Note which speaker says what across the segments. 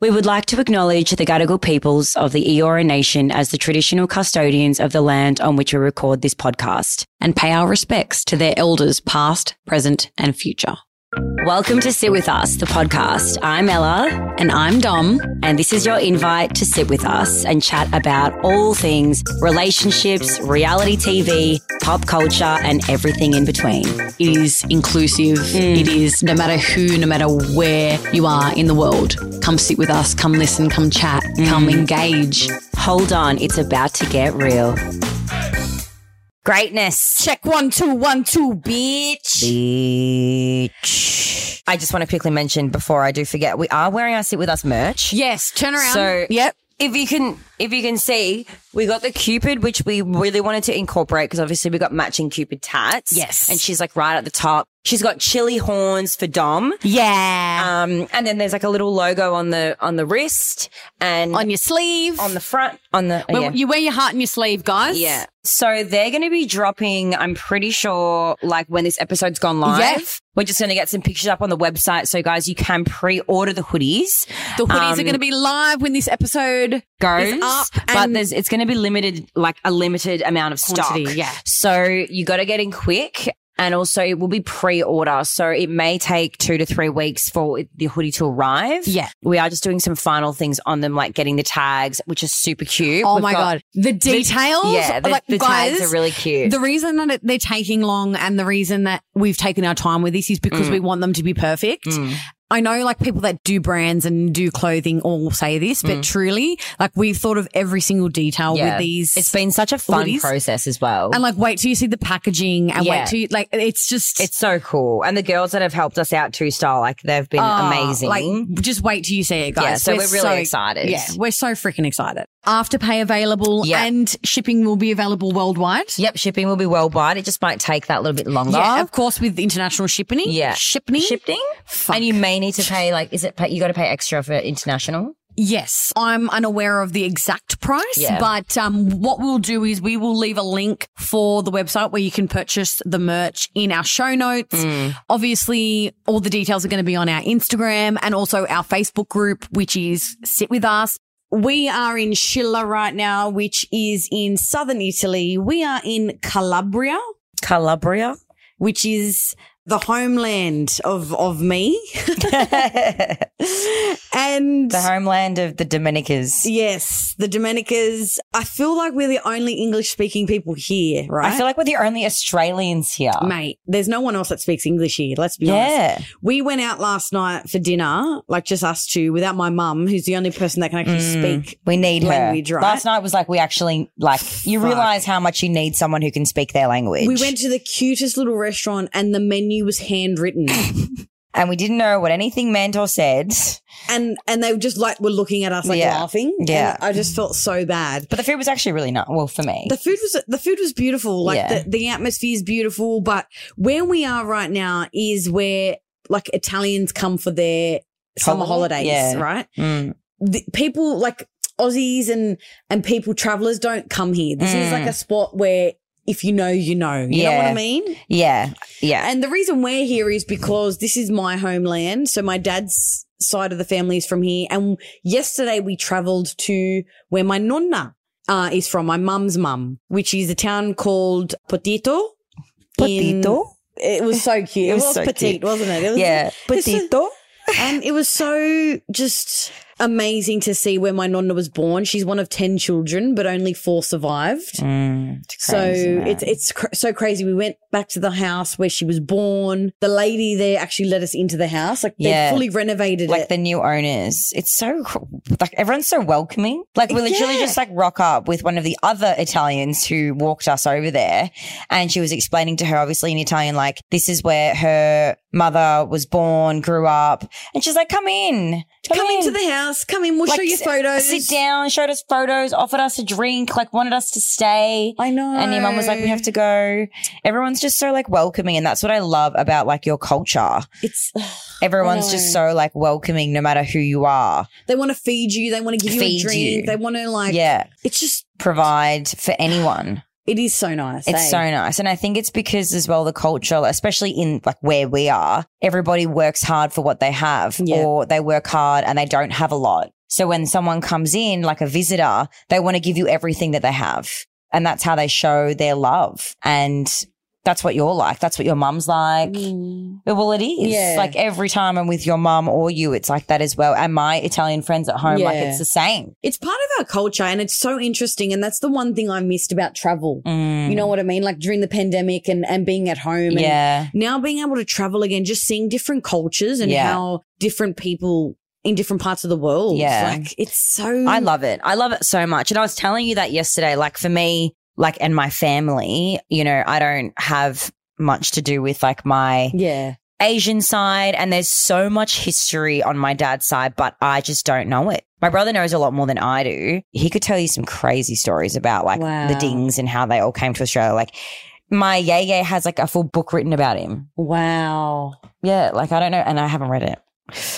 Speaker 1: We would like to acknowledge the Gadigal peoples of the Eora Nation as the traditional custodians of the land on which we record this podcast.
Speaker 2: and pay our respects to their elders past, present, and future.
Speaker 1: Welcome to Sit With Us, the podcast. I'm Ella,
Speaker 2: And I'm Dom.
Speaker 1: and this is your invite to sit with us and chat about all things relationships, reality TV, pop culture, and everything in between.
Speaker 2: It is inclusive.
Speaker 3: Mm.
Speaker 2: It is no matter who, no matter where you are in the world, come sit with us, come listen, come chat,
Speaker 3: Mm.
Speaker 2: come engage.
Speaker 1: Hold on, it's about to get real. Greatness.
Speaker 3: Check one, two, one, two, bitch.
Speaker 1: Bitch. I just want to quickly mention before I do forget, we are wearing our Sit With Us merch.
Speaker 3: Yes, turn around.
Speaker 1: So-
Speaker 3: yep.
Speaker 1: if you can if you can see we got the cupid which we really wanted to incorporate because obviously we got matching cupid tats
Speaker 3: Yes.
Speaker 1: and she's like right at the top she's got chili horns for dom
Speaker 3: Yeah.
Speaker 1: um and then there's like a little logo on the on the wrist and
Speaker 2: Um,
Speaker 3: on your sleeve.
Speaker 1: on the front on the
Speaker 3: Well,
Speaker 1: yeah.
Speaker 3: You wear your heart in your sleeve, guys.
Speaker 1: yeah. So they're going to be dropping, I'm pretty sure, like when this episode's gone live.
Speaker 3: Yeah.
Speaker 1: We're just going to get some pictures up on the website. So, guys, you can pre order the hoodies.
Speaker 3: The hoodies
Speaker 1: Um,
Speaker 3: are going to be live when this episode.
Speaker 1: goes,
Speaker 3: up
Speaker 1: but
Speaker 3: and-
Speaker 1: there's it's going to be limited, like a limited amount of
Speaker 3: Quantity,
Speaker 1: stock.
Speaker 3: yeah.
Speaker 1: So you got to get in quick. And also, it will be pre-order, so it may take two to three weeks for it- the hoodie to arrive.
Speaker 3: Yeah.
Speaker 1: we are just doing some final things on them, like getting the tags, which is super cute.
Speaker 3: Oh
Speaker 1: We've
Speaker 3: my
Speaker 1: got-
Speaker 3: god, the details.
Speaker 1: Yeah, the,
Speaker 3: like,
Speaker 1: the
Speaker 3: guys,
Speaker 1: tags are really cute.
Speaker 3: The reason that it, they're taking long and the reason that we've taken our time with this is
Speaker 1: Mm.
Speaker 3: because we want them to be perfect. I know like people that do brands and do clothing all say this, but truly, like we've thought of every single detail
Speaker 1: Mm. Yeah.
Speaker 3: with these.
Speaker 1: it's been such a fun
Speaker 3: hoodies.
Speaker 1: process as well.
Speaker 3: and like, wait till you see the packaging and
Speaker 1: Yeah.
Speaker 3: wait till you, like, it's just,
Speaker 1: it's so cool, and the girls that have helped us out too, style like they've been
Speaker 3: Oh,
Speaker 1: amazing.
Speaker 3: Like, just wait till you see it, guys.
Speaker 1: Yeah, so we're really excited.
Speaker 3: Yeah, we're so freaking excited. Afterpay available
Speaker 1: Yeah.
Speaker 3: and shipping will be available worldwide.
Speaker 1: Yep, shipping will be worldwide. It just might take that little bit longer.
Speaker 3: Yeah, of course, with international shipping.
Speaker 1: Yeah.
Speaker 3: Shipping.
Speaker 1: Shipping?
Speaker 3: Fuck.
Speaker 1: And you may need to pay like is it pay, you got to pay extra for international?
Speaker 3: yes, I'm unaware of the exact price,
Speaker 1: Yeah.
Speaker 3: but um, what we'll do is we will leave a link for the website where you can purchase the merch in our show notes. Obviously, all the details are going to be on our Instagram and also our Facebook group, which is Sit With Us. We are in Scilla right now, which is in southern Italy. We are in Calabria,
Speaker 1: Calabria.
Speaker 3: which is the homeland of of me.
Speaker 1: the
Speaker 3: And
Speaker 1: homeland of the Dominicas.
Speaker 3: yes, the Dominicas. I feel like we're the only English speaking people here, right?
Speaker 1: I feel like we're the only Australians here.
Speaker 3: Mate, there's no one else that speaks English here. Let's be honest.
Speaker 1: yeah.
Speaker 3: We went out last night for dinner, like just us two, without my mum, who's the only person that can actually speak.
Speaker 1: We need
Speaker 3: Language,
Speaker 1: her.
Speaker 3: right?
Speaker 1: Last night was like we actually like you
Speaker 3: Fuck.
Speaker 1: realize how much you need someone who can speak their language.
Speaker 3: We went to the cutest little restaurant and the menu was handwritten.
Speaker 1: and we didn't know what anything meant or said.
Speaker 3: and and they just like were looking at us like
Speaker 1: Yeah.
Speaker 3: laughing. And
Speaker 1: Yeah.
Speaker 3: I just felt so bad.
Speaker 1: But the food was actually really nice. Well, for me,
Speaker 3: The food was the food was beautiful. Like
Speaker 1: Yeah.
Speaker 3: the, the atmosphere is beautiful, but where we are right now is where like Italians come for their summer
Speaker 1: Holiday?
Speaker 3: holidays,
Speaker 1: Yeah.
Speaker 3: right?
Speaker 1: Mm.
Speaker 3: The, people like Aussies and and people travelers don't come here. This is
Speaker 1: Mm.
Speaker 3: like a spot where if you know, you know. You know what
Speaker 1: Yeah.
Speaker 3: I mean?
Speaker 1: yeah, yeah,
Speaker 3: And the reason we're here is because this is my homeland. So my dad's side of the family is from here. And yesterday we traveled to where my nonna uh, is from, my mum's mum, which is a town called Potito. in-
Speaker 1: Potito?
Speaker 3: it was so cute. It,
Speaker 1: was
Speaker 3: was,
Speaker 1: so
Speaker 3: petite,
Speaker 1: cute.
Speaker 3: wasn't it? It was-
Speaker 1: Mm. yeah.
Speaker 3: It's a-
Speaker 1: Potito.
Speaker 3: and it was so just amazing to see where my nonna was born. She's one of 10 children, but only four survived.
Speaker 1: Mm, it's
Speaker 3: So
Speaker 1: crazy, man.
Speaker 3: it's it's cr- so crazy. We went back to the house where she was born. The lady there actually let us into the house. Like they
Speaker 1: Yeah.
Speaker 3: they fully renovated
Speaker 1: like
Speaker 3: it.
Speaker 1: the new owners. It's so cool. like everyone's so welcoming. Like we literally
Speaker 3: Yeah.
Speaker 1: just like rock up with one of the other Italians who walked us over there, and she was explaining to her obviously in Italian like this is where her mother was born, grew up, and she's like, "Come in,
Speaker 3: come into the house. Come in. We'll show you
Speaker 1: s-
Speaker 3: photos.
Speaker 1: Sit down, showed us photos, offered us a drink, like wanted us to stay.
Speaker 3: I know.
Speaker 1: And your mum was like, we have to go. Everyone's just so like welcoming. And that's what I love about like your culture.
Speaker 3: It's
Speaker 1: Everyone's just so like welcoming no matter who you are.
Speaker 3: they want to feed you. They want to give you
Speaker 1: Feed
Speaker 3: a drink.
Speaker 1: you.
Speaker 3: They want to like.
Speaker 1: yeah.
Speaker 3: It's just
Speaker 1: Provide for anyone.
Speaker 3: It is so nice.
Speaker 1: It's
Speaker 3: eh?
Speaker 1: so nice. And I think it's because as well, the culture, especially in like where we are, everybody works hard for what they have
Speaker 3: Yeah.
Speaker 1: or they work hard and they don't have a lot. So when someone comes in, like a visitor, they want to give you everything that they have. And that's how they show their love. And that's what you're like. That's what your mum's like.
Speaker 3: Mm.
Speaker 1: Well, it is.
Speaker 3: Yeah.
Speaker 1: Like every time I'm with your mum or you, it's like that as well. And my Italian friends at home, like
Speaker 3: Yeah.
Speaker 1: it's the same.
Speaker 3: It's part of our culture and it's so interesting. And that's the one thing I missed about travel.
Speaker 1: Mm.
Speaker 3: You know what I mean? Like during the pandemic and, and being at home and
Speaker 1: yeah.
Speaker 3: now being able to travel again, just seeing different cultures and
Speaker 1: Yeah.
Speaker 3: how different people in different parts of the world.
Speaker 1: Yeah.
Speaker 3: Like it's so
Speaker 1: I love it. I love it so much. And I was telling you that yesterday, like for me, like, and my family, you know, I don't have much to do with like my
Speaker 3: Yeah.
Speaker 1: Asian side. And there's so much history on my dad's side, but I just don't know it. My brother knows a lot more than I do. He could tell you some crazy stories about like
Speaker 3: Wow.
Speaker 1: the dings and how they all came to Australia. Like my yay yay has like a full book written about him.
Speaker 3: Wow.
Speaker 1: Yeah. Like I don't know. And I haven't read it.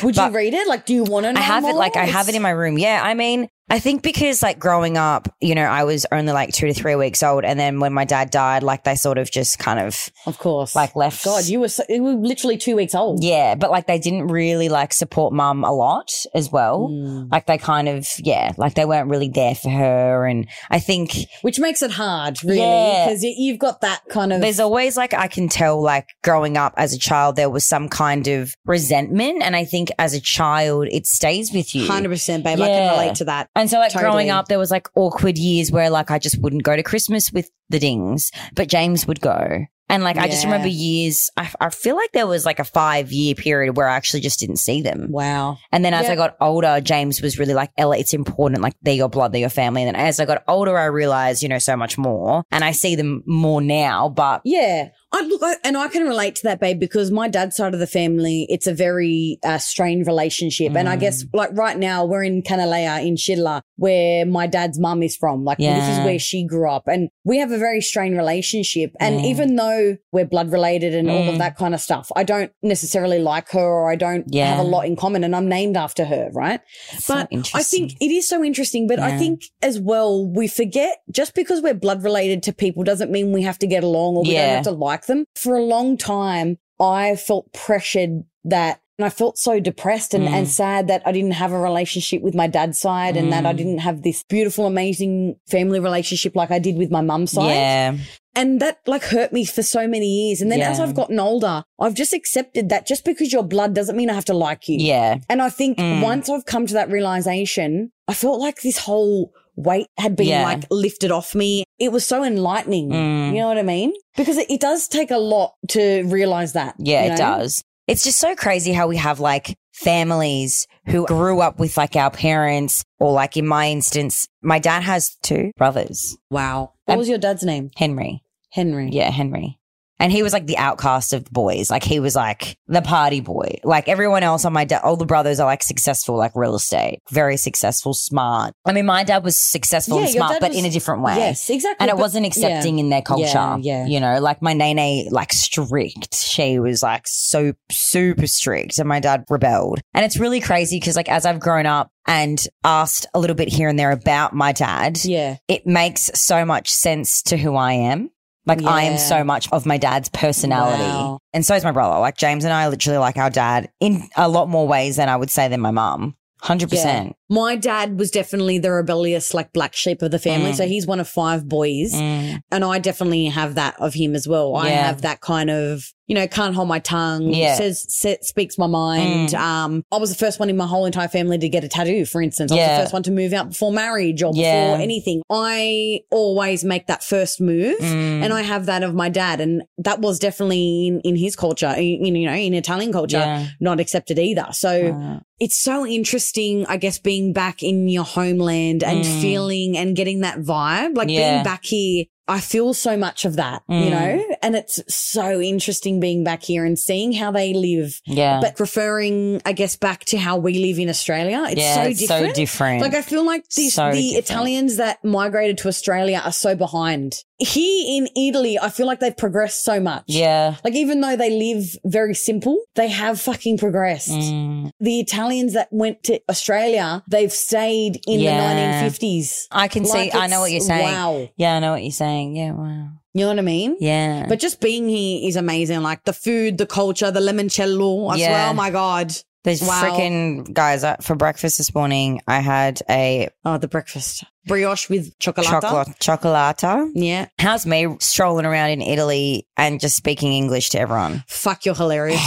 Speaker 3: Would
Speaker 1: But-
Speaker 3: you read it? Like, do you want to know?
Speaker 1: I have it
Speaker 3: more?
Speaker 1: like I have it
Speaker 3: It's-
Speaker 1: in my room. Yeah, I mean, I think because like growing up, you know, I was only like two to three weeks old, and then when my dad died, like they sort of just kind of
Speaker 3: Of course.
Speaker 1: like left.
Speaker 3: God, you were, so, you were literally two weeks old.
Speaker 1: yeah, but like they didn't really like support mum a lot as well.
Speaker 3: Mm.
Speaker 1: Like they kind of yeah, like they weren't really there for her, and I think
Speaker 3: Which makes it hard, really,
Speaker 1: Yeah.
Speaker 3: because you've got that kind of.
Speaker 1: there's always like I can tell like growing up as a child there was some kind of resentment, and I think as a child it stays with you.
Speaker 3: 100%, babe. I
Speaker 1: Yeah.
Speaker 3: can relate to that.
Speaker 1: And so like growing
Speaker 3: Totally.
Speaker 1: up, there was like awkward years where like I just wouldn't go to Christmas with the dings, but James would go. And like I just
Speaker 3: Yeah.
Speaker 1: remember years, I, I feel like there was like a five year period where I actually just didn't see them.
Speaker 3: Wow.
Speaker 1: And then as
Speaker 3: Yeah.
Speaker 1: I got older, James was really like, Ella, it's important. Like they're your blood, they're your family. And then as I got older, I realized, you know, so much more and I see them more now, but
Speaker 3: Yeah. I look, I, and I can relate to that, babe, because my dad's side of the family, it's a very uh, strained relationship. And I guess,
Speaker 1: Mm.
Speaker 3: like, right now, we're in Canalea in Shidla, where my dad's mum is from. Like, this
Speaker 1: Yeah.
Speaker 3: is where she grew up. And we have a very strained relationship. And
Speaker 1: Yeah.
Speaker 3: even though we're blood related and all of
Speaker 1: Mm.
Speaker 3: that kind of stuff, I don't necessarily like her or I don't
Speaker 1: Yeah.
Speaker 3: have a lot in common. And I'm named after her, right?
Speaker 1: it's so
Speaker 3: But I
Speaker 1: interesting.
Speaker 3: think it is so interesting. But I
Speaker 1: Yeah.
Speaker 3: think as well, we forget just because we're blood related to people doesn't mean we have to get along or we don't
Speaker 1: Yeah.
Speaker 3: have to like them. For a long time, I felt pressured that. And I felt so depressed and,
Speaker 1: Mm.
Speaker 3: and sad that I didn't have a relationship with my dad's side and that I
Speaker 1: Mm.
Speaker 3: didn't have this beautiful, amazing family relationship like I did with my mum's side
Speaker 1: yeah.
Speaker 3: and that like hurt me for so many years. And then as
Speaker 1: Yeah.
Speaker 3: I've gotten older, I've just accepted that just because you're blood doesn't mean I have to like you.
Speaker 1: Yeah.
Speaker 3: And I think
Speaker 1: Mm.
Speaker 3: once I've come to that realization, I felt like this whole weight had been
Speaker 1: Yeah.
Speaker 3: like lifted off me. It was so enlightening.
Speaker 1: Mm.
Speaker 3: You know what I mean? Because it, it does take a lot to realize that.
Speaker 1: Yeah,
Speaker 3: you
Speaker 1: it
Speaker 3: know?
Speaker 1: does. It's just so crazy how we have like families who grew up with like our parents, or like in my instance, my dad has two brothers,
Speaker 3: Wow. What
Speaker 1: Um,
Speaker 3: was your dad's name?
Speaker 1: Henry.
Speaker 3: Henry.
Speaker 1: Yeah, Henry. And he was like the outcast of the boys. Like he was like the party boy. Like everyone else on my dad, all the brothers are like successful, like real estate, very successful, smart. I mean, my dad was successful
Speaker 3: Yeah,
Speaker 1: and
Speaker 3: your
Speaker 1: smart,
Speaker 3: dad
Speaker 1: but
Speaker 3: was-
Speaker 1: in a different way.
Speaker 3: Yes, exactly.
Speaker 1: And it
Speaker 3: But-
Speaker 1: wasn't accepting in their culture.
Speaker 3: Yeah, yeah.
Speaker 1: You know, like my nene, like strict. She was like so super strict, and my dad rebelled. And it's really crazy because, like, as I've grown up and asked a little bit here and there about my dad,
Speaker 3: Yeah.
Speaker 1: it makes so much sense to who I am. Like I am
Speaker 3: Yeah.
Speaker 1: so much of my dad's personality.
Speaker 3: Wow.
Speaker 1: And so is my brother. Like James and I are literally like our dad in a lot more ways than I would say than my mum. 100%.
Speaker 3: My dad was definitely the rebellious, like black sheep of the family.
Speaker 1: Mm.
Speaker 3: So he's one of five boys.
Speaker 1: Mm.
Speaker 3: And I definitely have that of him as well. I
Speaker 1: Yeah.
Speaker 3: have that kind of, you know, can't hold my tongue,
Speaker 1: Yeah. Mm.
Speaker 3: says, se- speaks my mind. Um, I was the first one in my whole entire family to get a tattoo, for instance. I was
Speaker 1: Yeah.
Speaker 3: the first one to move out before marriage or
Speaker 1: Yeah.
Speaker 3: before anything. I always make that first move.
Speaker 1: Mm.
Speaker 3: And I have that of my dad. And that was definitely in, in his culture, in, in, you know, in Italian culture,
Speaker 1: Yeah.
Speaker 3: not accepted either. So,
Speaker 1: Uh,
Speaker 3: it's so interesting, I guess, being back in your homeland and
Speaker 1: Mm.
Speaker 3: feeling and getting that vibe. Like being
Speaker 1: Yeah.
Speaker 3: back here, I feel so much of that, you
Speaker 1: Mm.
Speaker 3: know? And it's so interesting being back here and seeing how they live,
Speaker 1: yeah.
Speaker 3: but referring, I guess, back to how we live in Australia. It's
Speaker 1: yeah,
Speaker 3: so
Speaker 1: it's
Speaker 3: different.
Speaker 1: so different.
Speaker 3: Like I feel like the,
Speaker 1: So
Speaker 3: the
Speaker 1: different.
Speaker 3: Italians that migrated to Australia are so behind. Here in Italy, I feel like they've progressed so much.
Speaker 1: yeah.
Speaker 3: Like even though they live very simple, they have fucking progressed
Speaker 1: Mm.
Speaker 3: the Italians that went to Australia, they've stayed in
Speaker 1: Yeah.
Speaker 3: the 1950s.
Speaker 1: I can
Speaker 3: Like,
Speaker 1: see, I know
Speaker 3: it's-
Speaker 1: what you're saying.
Speaker 3: Wow.
Speaker 1: Yeah, I know what you're saying, yeah, wow.
Speaker 3: You know what I mean?
Speaker 1: Yeah.
Speaker 3: But just being here is amazing. Like the food, the culture, the limoncello as
Speaker 1: Yeah.
Speaker 3: well. Oh my God.
Speaker 1: There's
Speaker 3: Wow.
Speaker 1: freaking guys uh, for breakfast this morning. I had a
Speaker 3: Oh, the breakfast. Brioche with chocolate.
Speaker 1: chocolate chocolata.
Speaker 3: Yeah.
Speaker 1: How's me strolling around in Italy and just speaking English to everyone?
Speaker 3: Fuck, you're hilarious.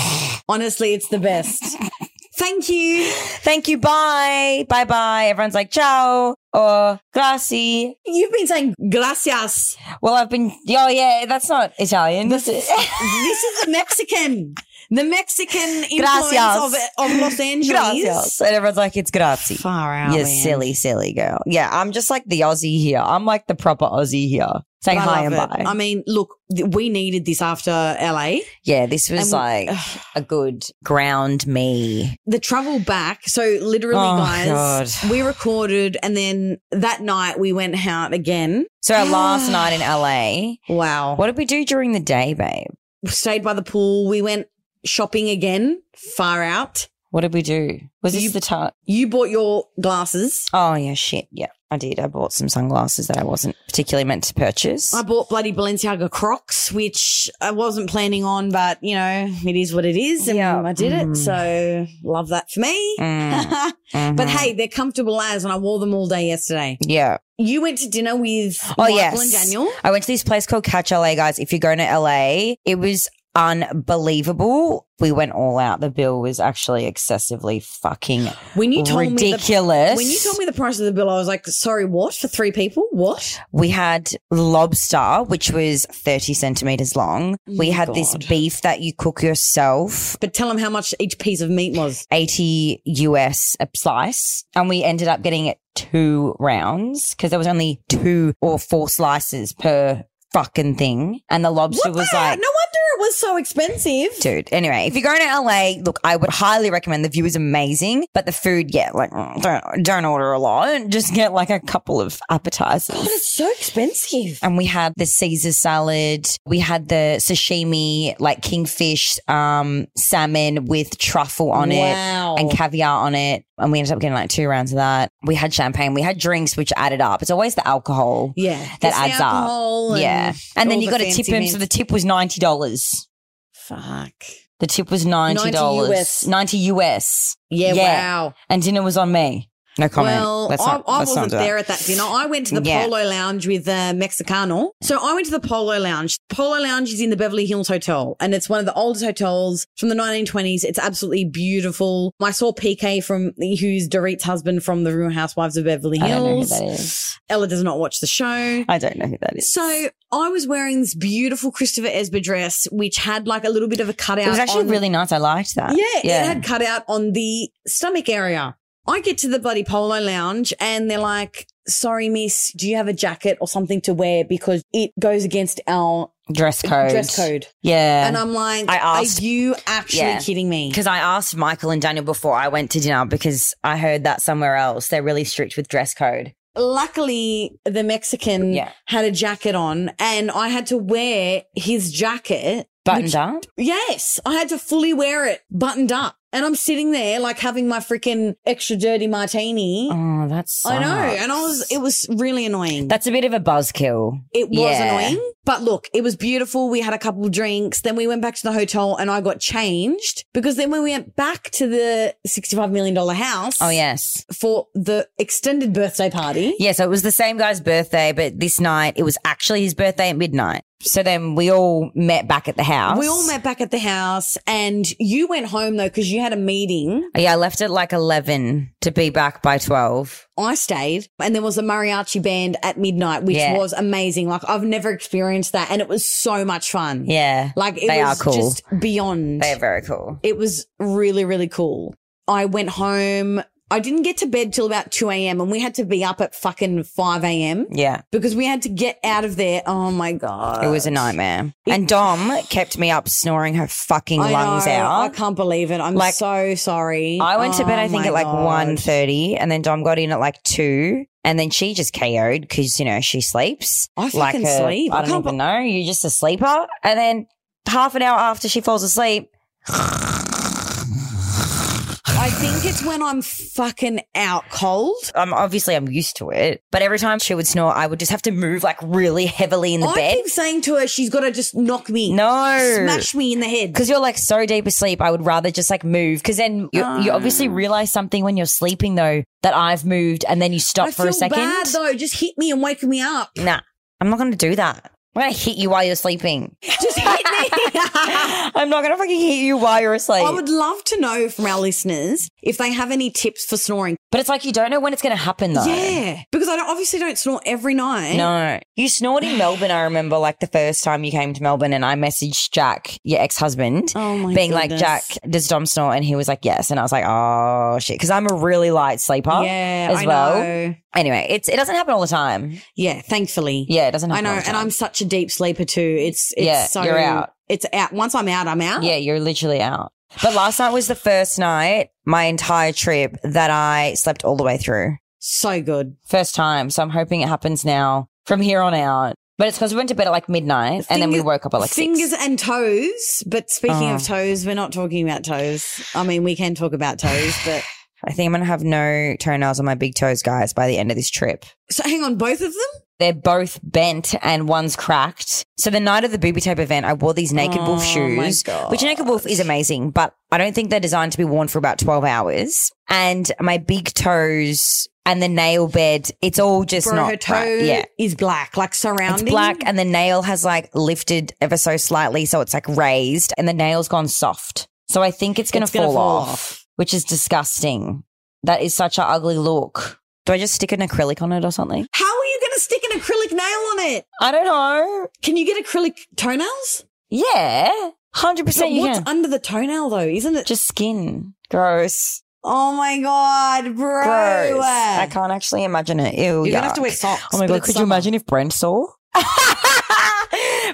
Speaker 3: Honestly, it's the best. Thank you.
Speaker 1: Thank you. Bye. Bye bye. Everyone's like, ciao or grazie.
Speaker 3: You've been saying gracias.
Speaker 1: Well, I've been, oh yeah, that's not Italian.
Speaker 3: This is, this is the Mexican. The Mexican influence of,
Speaker 1: Gracias.
Speaker 3: of Los Angeles.
Speaker 1: gracias. And everyone's like, it's grazie.
Speaker 3: Far out.
Speaker 1: you
Speaker 3: man.
Speaker 1: silly, silly girl. Yeah, I'm just like the Aussie here. I'm like the proper Aussie here. Saying
Speaker 3: I
Speaker 1: hi
Speaker 3: love
Speaker 1: and
Speaker 3: it.
Speaker 1: bye.
Speaker 3: I mean, look, th- we needed this after LA.
Speaker 1: yeah, this was
Speaker 3: And-
Speaker 1: like a good ground me.
Speaker 3: the travel back. So literally,
Speaker 1: Oh,
Speaker 3: guys,
Speaker 1: God.
Speaker 3: we recorded, and then that night we went out again.
Speaker 1: So our last night in LA,
Speaker 3: Wow,
Speaker 1: what did we do during the day, babe?
Speaker 3: stayed by the pool. We went shopping again, far out.
Speaker 1: What did we do? Was this
Speaker 3: You-
Speaker 1: the time?
Speaker 3: You bought your glasses.
Speaker 1: Oh yeah, shit. Yeah, I did. I bought some sunglasses that I wasn't particularly meant to purchase.
Speaker 3: I bought bloody Balenciaga Crocs, which I wasn't planning on, but you know, it is what it is, and
Speaker 1: Yeah.
Speaker 3: I did it.
Speaker 1: Mm.
Speaker 3: So love that for me.
Speaker 1: Mm, mhm.
Speaker 3: But hey, they're comfortable as, and I wore them all day yesterday.
Speaker 1: mm-hmm. yeah.
Speaker 3: You went to dinner with
Speaker 1: Oh,
Speaker 3: Michael
Speaker 1: yes.
Speaker 3: and Daniel.
Speaker 1: I went to this place called Catch LA, guys. If you're going to LA, it was unbelievable. We went all out. The bill was actually excessively fucking
Speaker 3: When you told me the
Speaker 1: ridiculous.
Speaker 3: When you told me the price of the bill, I was like, sorry, what? For three people? What?
Speaker 1: we had lobster, which was 30 centimeters long. we
Speaker 3: my
Speaker 1: had this
Speaker 3: God.
Speaker 1: beef that you cook yourself.
Speaker 3: But tell them how much each piece of meat was.
Speaker 1: 80 US a slice, and we ended up getting it two rounds because there was only two or four slices per fucking thing. And the lobster
Speaker 3: What
Speaker 1: was
Speaker 3: the
Speaker 1: like,
Speaker 3: heck? No wonder it was so expensive.
Speaker 1: dude. Anyway, if you're going to LA, look, I would highly recommend. The view is amazing, but the food, yeah, like mm, don't don't order a lot. Just get like a couple of appetizers.
Speaker 3: But it's so expensive.
Speaker 1: And we had the Caesar salad. We had the sashimi, like kingfish, um, salmon with truffle on it
Speaker 3: wow.
Speaker 1: and caviar on it. And we ended up getting like two rounds of that. We had champagne. We had drinks, which added up. It's always the alcohol.
Speaker 3: yeah.
Speaker 1: That
Speaker 3: It's
Speaker 1: adds up.
Speaker 3: alcohol and-
Speaker 1: yeah. And then
Speaker 3: all
Speaker 1: you
Speaker 3: the
Speaker 1: got to tip
Speaker 3: fancy
Speaker 1: him.
Speaker 3: mint.
Speaker 1: So the tip was $90.
Speaker 3: Fuck.
Speaker 1: The tip was $90.
Speaker 3: 90
Speaker 1: 90
Speaker 3: US.
Speaker 1: US. Yeah.
Speaker 3: Yeah, wow.
Speaker 1: And dinner was on me. No comment.
Speaker 3: Well,
Speaker 1: Let's
Speaker 3: I,
Speaker 1: not-
Speaker 3: I
Speaker 1: let's not
Speaker 3: wasn't
Speaker 1: do that.
Speaker 3: there at that dinner. I went to the
Speaker 1: Yeah.
Speaker 3: Polo Lounge with uh, Mexicano. So I went to the Polo Lounge. Polo Lounge is in the Beverly Hills Hotel, and it's one of the oldest hotels from the 1920s. It's absolutely beautiful. I saw PK from who's Dorit's husband from the Real Housewives of Beverly
Speaker 1: I don't know who
Speaker 3: Hills.
Speaker 1: that is. Uh,
Speaker 3: Ella does not watch the show.
Speaker 1: I don't know who that is.
Speaker 3: So I was wearing this beautiful Christopher Esber dress, which had like a little bit of a cutout.
Speaker 1: It was actually
Speaker 3: on-
Speaker 1: really nice. I liked that.
Speaker 3: yeah, it had cut out on the stomach area. I get to the bloody polo lounge and they're like, sorry, miss, do you have a jacket or something to wear? Because it goes against our
Speaker 1: dress code.
Speaker 3: dress code.
Speaker 1: Yeah.
Speaker 3: And I'm like,
Speaker 1: I
Speaker 3: are
Speaker 1: asked-
Speaker 3: you actually
Speaker 1: Yeah.
Speaker 3: kidding me?
Speaker 1: because I asked Michael and Daniel before I went to dinner because I heard that somewhere else they're really strict with dress code.
Speaker 3: Luckily, the Mexican
Speaker 1: Yeah.
Speaker 3: had a jacket on and I had to wear his jacket.
Speaker 1: Buttoned
Speaker 3: Which-
Speaker 1: up.
Speaker 3: Yes, I had to fully wear it buttoned up. And I'm sitting there like having my freaking extra dirty martini.
Speaker 1: Oh, that's
Speaker 3: I know. And I was, it was really annoying.
Speaker 1: That's a bit of a buzzkill.
Speaker 3: It was
Speaker 1: Yeah.
Speaker 3: annoying, but look, it was beautiful. We had a couple of drinks. Then we went back to the hotel and I got changed because then we went back to the $65 million house.
Speaker 1: Oh yes,
Speaker 3: For the extended birthday party.
Speaker 1: yeah. So it was the same guy's birthday, but this night it was actually his birthday at midnight. So then we all met back at the house.
Speaker 3: We all met back at the house and you went home though because you had a meeting.
Speaker 1: Yeah, I left at like eleven to be back by twelve.
Speaker 3: I stayed and there was a mariachi band at midnight, which
Speaker 1: Yeah.
Speaker 3: was amazing. Like I've never experienced that and it was so much fun.
Speaker 1: Yeah,
Speaker 3: Like it
Speaker 1: They
Speaker 3: was
Speaker 1: are cool.
Speaker 3: just beyond.
Speaker 1: they are very cool.
Speaker 3: It was really, really cool. I went home. I didn't get to bed till about 2 a.m. and we had to be up at fucking 5 a.m.
Speaker 1: Yeah,
Speaker 3: because we had to get out of there. Oh my God.
Speaker 1: it was a nightmare. And Dom kept me up snoring her fucking
Speaker 3: I
Speaker 1: lungs
Speaker 3: know.
Speaker 1: out.
Speaker 3: I can't believe it. I'm
Speaker 1: Like,
Speaker 3: so sorry.
Speaker 1: I went to bed,
Speaker 3: Oh
Speaker 1: I think,
Speaker 3: my
Speaker 1: at like
Speaker 3: God.
Speaker 1: 1.30 and then Dom got in at like 2 and then she just KO'd because, you know, she sleeps.
Speaker 3: I
Speaker 1: like
Speaker 3: fucking
Speaker 1: a-
Speaker 3: sleep. I,
Speaker 1: I don't
Speaker 3: can't
Speaker 1: even know. You're just a sleeper. And then half an hour after she falls asleep,
Speaker 3: I think it's when I'm fucking out cold.
Speaker 1: I'm obviously I'm used to it, but every time she would snore, I would just have to move like really heavily in the
Speaker 3: I
Speaker 1: bed.
Speaker 3: keep saying to her, she's got to just knock me.
Speaker 1: No.
Speaker 3: Smash me in the head.
Speaker 1: because you're like so deep asleep, I would rather just like move. Because then you, you obviously realize something when you're sleeping though that I've moved, and then you stop
Speaker 3: I
Speaker 1: for
Speaker 3: feel
Speaker 1: a second.
Speaker 3: bad though. Just hit me and wake me up.
Speaker 1: Nah, I'm not going to do that. I'm going to hit you while you're sleeping.
Speaker 3: Just hit me.
Speaker 1: I'm not going to fucking hit you while you're asleep.
Speaker 3: I would love to know from our listeners if they have any tips for snoring.
Speaker 1: but it's like you don't know when it's going to happen though.
Speaker 3: Yeah, because I don't, obviously don't snore every night.
Speaker 1: No. You snored in Melbourne, I remember, like the first time you came to Melbourne, and I messaged Jack, your ex husband,
Speaker 3: Oh my
Speaker 1: being like,
Speaker 3: goodness.
Speaker 1: Jack, does Dom snore? And he was like, yes. And I was like, oh, shit. Because I'm a really light sleeper
Speaker 3: Yeah,
Speaker 1: as
Speaker 3: I
Speaker 1: well.
Speaker 3: know.
Speaker 1: Anyway, it's it doesn't happen all the time.
Speaker 3: Yeah, thankfully.
Speaker 1: Yeah, it doesn't
Speaker 3: I
Speaker 1: happen.
Speaker 3: know,
Speaker 1: all the
Speaker 3: and
Speaker 1: time.
Speaker 3: I'm such a deep sleeper too. It's it's
Speaker 1: Yeah,
Speaker 3: so
Speaker 1: you're out.
Speaker 3: It's out. Once I'm out, I'm out.
Speaker 1: Yeah, you're literally out. But last night was the first night, my entire trip, that I slept all the way through.
Speaker 3: so good.
Speaker 1: First time. So I'm hoping it happens now from here on out. But it's because we went to bed at like midnight and then we
Speaker 3: Fingers-
Speaker 1: woke up at like
Speaker 3: Fingers
Speaker 1: six.
Speaker 3: and toes. But speaking
Speaker 1: Oh.
Speaker 3: of toes, we're not talking about toes. I mean, we can talk about toes, but
Speaker 1: I think I'm going to have no toenails on my big toes, guys, by the end of this trip.
Speaker 3: so hang on, both of them.
Speaker 1: They're both bent and one's cracked. So the night of the booby tape event, I wore these Naked Wolf
Speaker 3: Oh my
Speaker 1: shoes, which Naked Wolf is amazing, but I don't think they're designed to be worn for about 12 hours. And my big toes and the nail bed, it's all just
Speaker 3: Bro,
Speaker 1: not
Speaker 3: her toe
Speaker 1: right. Yeah.
Speaker 3: is black, like surrounding.
Speaker 1: It's black and the nail has like lifted ever so slightly. So it's like raised and the nail's gone soft. So I think it's going to
Speaker 3: It's gonna
Speaker 1: fall,
Speaker 3: fall
Speaker 1: off,
Speaker 3: off.
Speaker 1: which is disgusting. That is such an ugly look. Do I just stick an acrylic on it or something?
Speaker 3: How are you going to stick an acrylic nail on it?
Speaker 1: I don't know.
Speaker 3: Can you get acrylic toenails?
Speaker 1: Yeah. 100%
Speaker 3: But
Speaker 1: you
Speaker 3: what's
Speaker 1: can.
Speaker 3: under the toenail though? Isn't it?
Speaker 1: just skin. Gross.
Speaker 3: oh my god, bro!
Speaker 1: Gross. I can't actually imagine it. Ew.
Speaker 3: You're gonna have
Speaker 1: yuck.
Speaker 3: to wear socks.
Speaker 1: Oh my
Speaker 3: but
Speaker 1: god,
Speaker 3: it's
Speaker 1: could you
Speaker 3: summer.
Speaker 1: imagine if Brent saw? Oh
Speaker 3: Oh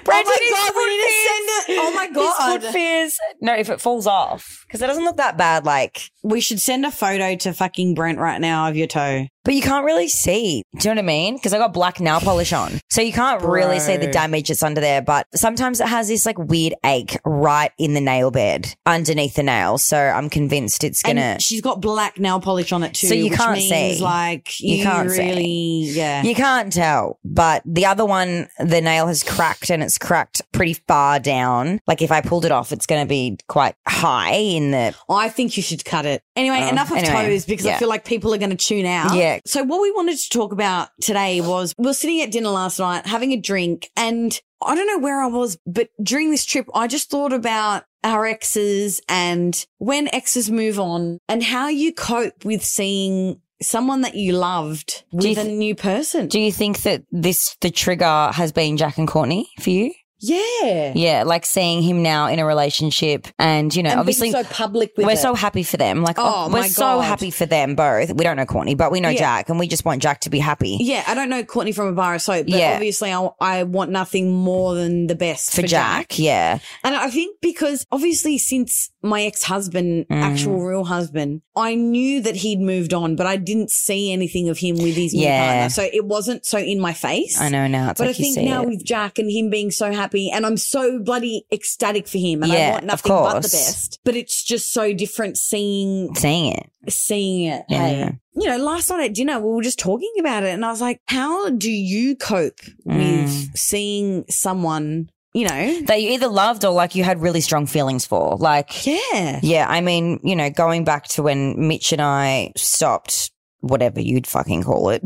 Speaker 1: Brent
Speaker 3: my god, we need to send it. Oh my god,
Speaker 1: His foot fears. No, if it falls off, because it doesn't look that bad. Like,
Speaker 3: we should send a photo to fucking Brent right now of your toe.
Speaker 1: but you can't really see. Do you know what I mean? Because I got black nail polish on, so you can't really see the
Speaker 3: Bro.
Speaker 1: damage that's under there. But sometimes it has this like weird ache right in the nail bed underneath the nail. So I'm convinced it's
Speaker 3: And
Speaker 1: gonna.
Speaker 3: she's got black nail polish on it too.
Speaker 1: So you
Speaker 3: which
Speaker 1: can't
Speaker 3: means,
Speaker 1: see.
Speaker 3: Like
Speaker 1: You
Speaker 3: you,
Speaker 1: can't see.
Speaker 3: really, yeah.
Speaker 1: you can't tell, but the other one, the nail has cracked and it's cracked pretty far down. Like if I pulled it off, it's going to be quite high in the
Speaker 3: I think you should cut it. Anyway,
Speaker 1: Oh,
Speaker 3: enough of
Speaker 1: anyway,
Speaker 3: toes because
Speaker 1: yeah.
Speaker 3: I feel like people are going to tune out.
Speaker 1: Yeah.
Speaker 3: So what we wanted to talk about today was we were sitting at dinner last night having a drink and I don't know where I was, but during this trip, I just thought about our exes and when exes move on and how you cope with seeing someone that you loved with
Speaker 1: you
Speaker 3: a
Speaker 1: th-
Speaker 3: new person.
Speaker 1: Do you think that this the trigger has been Jack and Courtney for you?
Speaker 3: yeah.
Speaker 1: Yeah, like seeing him now in a relationship, and you know,
Speaker 3: And
Speaker 1: obviously.
Speaker 3: being so public with
Speaker 1: we're
Speaker 3: it.
Speaker 1: so happy for them. Like,
Speaker 3: Oh,
Speaker 1: we're
Speaker 3: my
Speaker 1: so
Speaker 3: God.
Speaker 1: happy for them both. We don't know Courtney, but we know
Speaker 3: Yeah.
Speaker 1: Jack, and we just want Jack to be happy
Speaker 3: Yeah, I don't know Courtney from a bar of soap, but
Speaker 1: Yeah.
Speaker 3: obviously I, I want nothing more than the best
Speaker 1: for, Jack. Yeah,
Speaker 3: And I think because obviously since my ex-husband,
Speaker 1: Mm.
Speaker 3: actual real husband, I knew that he'd moved on, but I didn't see anything of him with his new
Speaker 1: Yeah.
Speaker 3: partner. So it wasn't so in my face.
Speaker 1: I know now. It's
Speaker 3: But
Speaker 1: like
Speaker 3: I
Speaker 1: you
Speaker 3: think
Speaker 1: see
Speaker 3: now
Speaker 1: it.
Speaker 3: with Jack and him being so happy, and I'm so bloody ecstatic for him, and
Speaker 1: Yeah,
Speaker 3: I want
Speaker 1: of
Speaker 3: nothing but the
Speaker 1: course.
Speaker 3: best. But it's just so different seeing
Speaker 1: seeing it.
Speaker 3: seeing it.
Speaker 1: Yeah.
Speaker 3: Hey, you know, last night at dinner, we were just talking about it, and I was like, "How do you cope with seeing someone?" You know,
Speaker 1: Mm. that you either loved or like you had really strong feelings for. Like, yeah.
Speaker 3: yeah,
Speaker 1: I mean, you know, going back to when Mitch and I stopped whatever you'd fucking call it.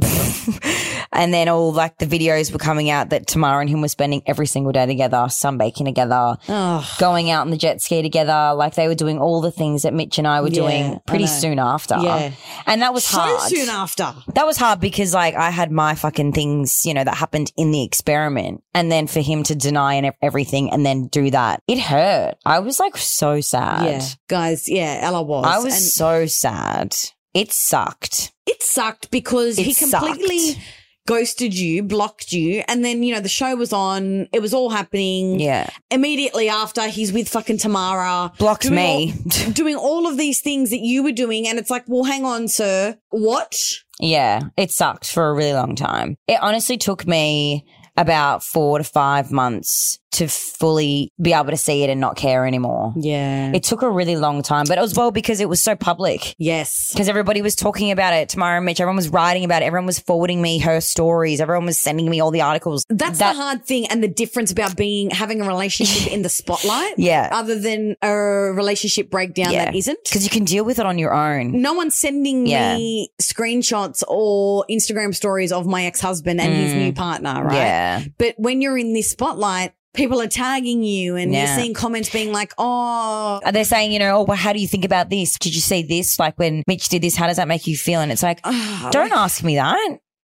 Speaker 1: and then all like the videos were coming out that Tamara and him were spending every single day together, sunbaking together,
Speaker 3: oh,
Speaker 1: going out on the jet ski together. Like they were doing all the things that Mitch and I were
Speaker 3: Yeah,
Speaker 1: doing
Speaker 3: I
Speaker 1: pretty
Speaker 3: know.
Speaker 1: soon after.
Speaker 3: Yeah.
Speaker 1: And that was
Speaker 3: so
Speaker 1: hard.
Speaker 3: soon after.
Speaker 1: That was hard because like I had my fucking things, you know, that happened in the experiment. And then for him to deny and ev- everything and then do that, it hurt. I was like so sad.
Speaker 3: Yeah, guys, yeah, Ella was.
Speaker 1: I was
Speaker 3: And
Speaker 1: so sad. It sucked.
Speaker 3: it sucked because
Speaker 1: It
Speaker 3: he completely
Speaker 1: sucked.
Speaker 3: ghosted you, blocked you, and then you know the show was on. It was all happening.
Speaker 1: Yeah.
Speaker 3: Immediately after, he's with fucking Tamara.
Speaker 1: Blocked
Speaker 3: doing
Speaker 1: me.
Speaker 3: all- doing all of these things that you were doing, and it's like, well, hang on, sir. What?
Speaker 1: Yeah. It sucked for a really long time. It honestly took me about four to five months to fully be able to see it and not care anymore.
Speaker 3: Yeah.
Speaker 1: It took a really long time, but it was well because it was so public.
Speaker 3: yes.
Speaker 1: Because everybody was talking about it, Tamara and Mitch, everyone was writing about it, everyone was forwarding me her stories, everyone was sending me all the articles.
Speaker 3: That's
Speaker 1: That-
Speaker 3: the hard thing and the difference about being having a relationship in the spotlight.
Speaker 1: Yeah.
Speaker 3: Other than a relationship breakdown
Speaker 1: Yeah.
Speaker 3: that isn't.
Speaker 1: Because you can deal with it on your own.
Speaker 3: no one's sending
Speaker 1: Yeah.
Speaker 3: me screenshots or Instagram stories of my ex-husband and his
Speaker 1: Mm.
Speaker 3: new partner, right?
Speaker 1: Yeah.
Speaker 3: But when you're in this spotlight, people are tagging you and
Speaker 1: Yeah.
Speaker 3: you're seeing comments being like, oh,
Speaker 1: Are they saying, you know, oh, well, how do you think about this? Did you see this? Like when Mitch did this, how does that make you feel? And it's like,
Speaker 3: ah,
Speaker 1: don't ask me that.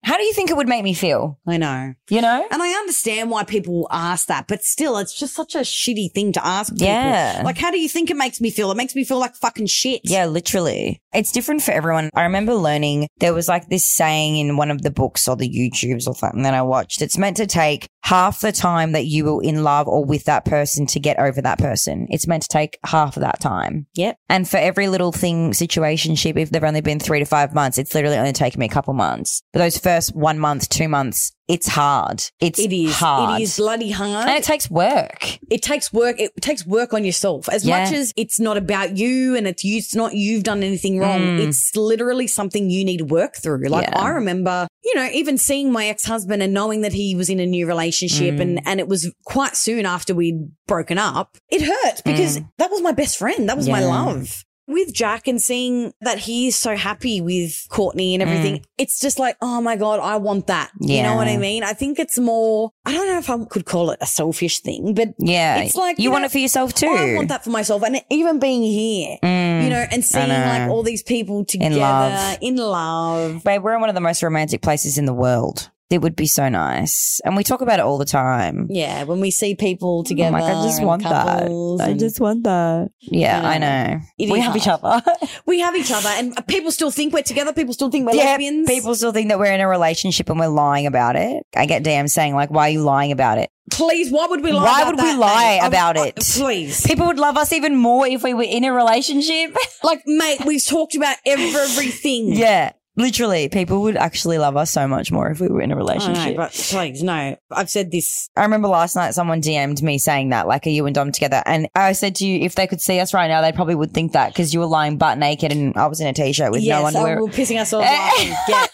Speaker 1: How do you think it would make me feel?
Speaker 3: I know.
Speaker 1: You know?
Speaker 3: And I understand why people ask that, but still, it's just such a shitty thing to ask people.
Speaker 1: Yeah.
Speaker 3: Like, how do you think it makes me feel? It makes me feel like fucking shit.
Speaker 1: Yeah, literally. It's different for everyone. I remember learning there was like this saying in one of the books or the YouTubes or something that I watched. It's meant to take half the time that you were in love or with that person to get over that person. It's meant to take half of that time.
Speaker 3: Yep.
Speaker 1: And for every little thing, situationship, if they've only been three to five months, it's literally only taken me a couple months. But those first one month, two months, it's hard. It's
Speaker 3: It is.
Speaker 1: hard.
Speaker 3: It is bloody hard.
Speaker 1: And it takes work.
Speaker 3: it takes work. It takes work on yourself. As
Speaker 1: Yeah.
Speaker 3: much as it's not about you and it's you, it's not you've done anything wrong.
Speaker 1: Mm.
Speaker 3: It's literally something you need to work through. Like
Speaker 1: Yeah.
Speaker 3: I remember, you know, even seeing my ex husband and knowing that he was in a new relationship,
Speaker 1: Mm.
Speaker 3: and and it was quite soon after we'd broken up. It hurt because that was my best friend. That was my
Speaker 1: Mm. Yeah.
Speaker 3: love. With Jack and seeing that he's so happy with Courtney and everything, it's just like, oh my God, I want that. You
Speaker 1: Mm. Yeah.
Speaker 3: know what I mean? I think it's more, I don't know if I could call it a selfish thing, but
Speaker 1: Yeah.
Speaker 3: It's like,
Speaker 1: you,
Speaker 3: you
Speaker 1: want
Speaker 3: know,
Speaker 1: it for yourself too.
Speaker 3: I want that for myself. And even being here,
Speaker 1: Mm.
Speaker 3: you know, and seeing
Speaker 1: know.
Speaker 3: like all these people together
Speaker 1: love.
Speaker 3: in love.
Speaker 1: Babe, we're in one of the most romantic places in the world. It would be so nice. And we talk about it all the time.
Speaker 3: Yeah, when we see people together.
Speaker 1: I'm like, Oh I just
Speaker 3: and
Speaker 1: want that.
Speaker 3: couples
Speaker 1: I
Speaker 3: and-
Speaker 1: just want that. Yeah, I
Speaker 3: I know.
Speaker 1: know.
Speaker 3: It
Speaker 1: We
Speaker 3: is
Speaker 1: have each
Speaker 3: hard.
Speaker 1: other.
Speaker 3: We have each other, and people still think we're together. People still think we're
Speaker 1: yeah,
Speaker 3: lesbians.
Speaker 1: people still think that we're in a relationship and we're lying about it. I get DMs saying, like, why are you lying about it?
Speaker 3: Please, why would we lie?
Speaker 1: Why
Speaker 3: about
Speaker 1: would we
Speaker 3: that,
Speaker 1: lie
Speaker 3: mate? I-
Speaker 1: about
Speaker 3: I-
Speaker 1: it?
Speaker 3: Please,
Speaker 1: People would love us even more if we were in a relationship.
Speaker 3: like, mate, we've talked about everything.
Speaker 1: yeah, literally. People would actually love us so much more if we were in a
Speaker 3: I
Speaker 1: relationship.
Speaker 3: know, but please, no. I've said this.
Speaker 1: I remember last night someone DM'd me saying that, like, are you and Dom together? And I said to you, if they could see us right now, they probably would think that because you were lying butt naked and I was in a t shirt with
Speaker 3: yes,
Speaker 1: no
Speaker 3: I-
Speaker 1: underwear.
Speaker 3: we were pissing ourselves off. Yeah.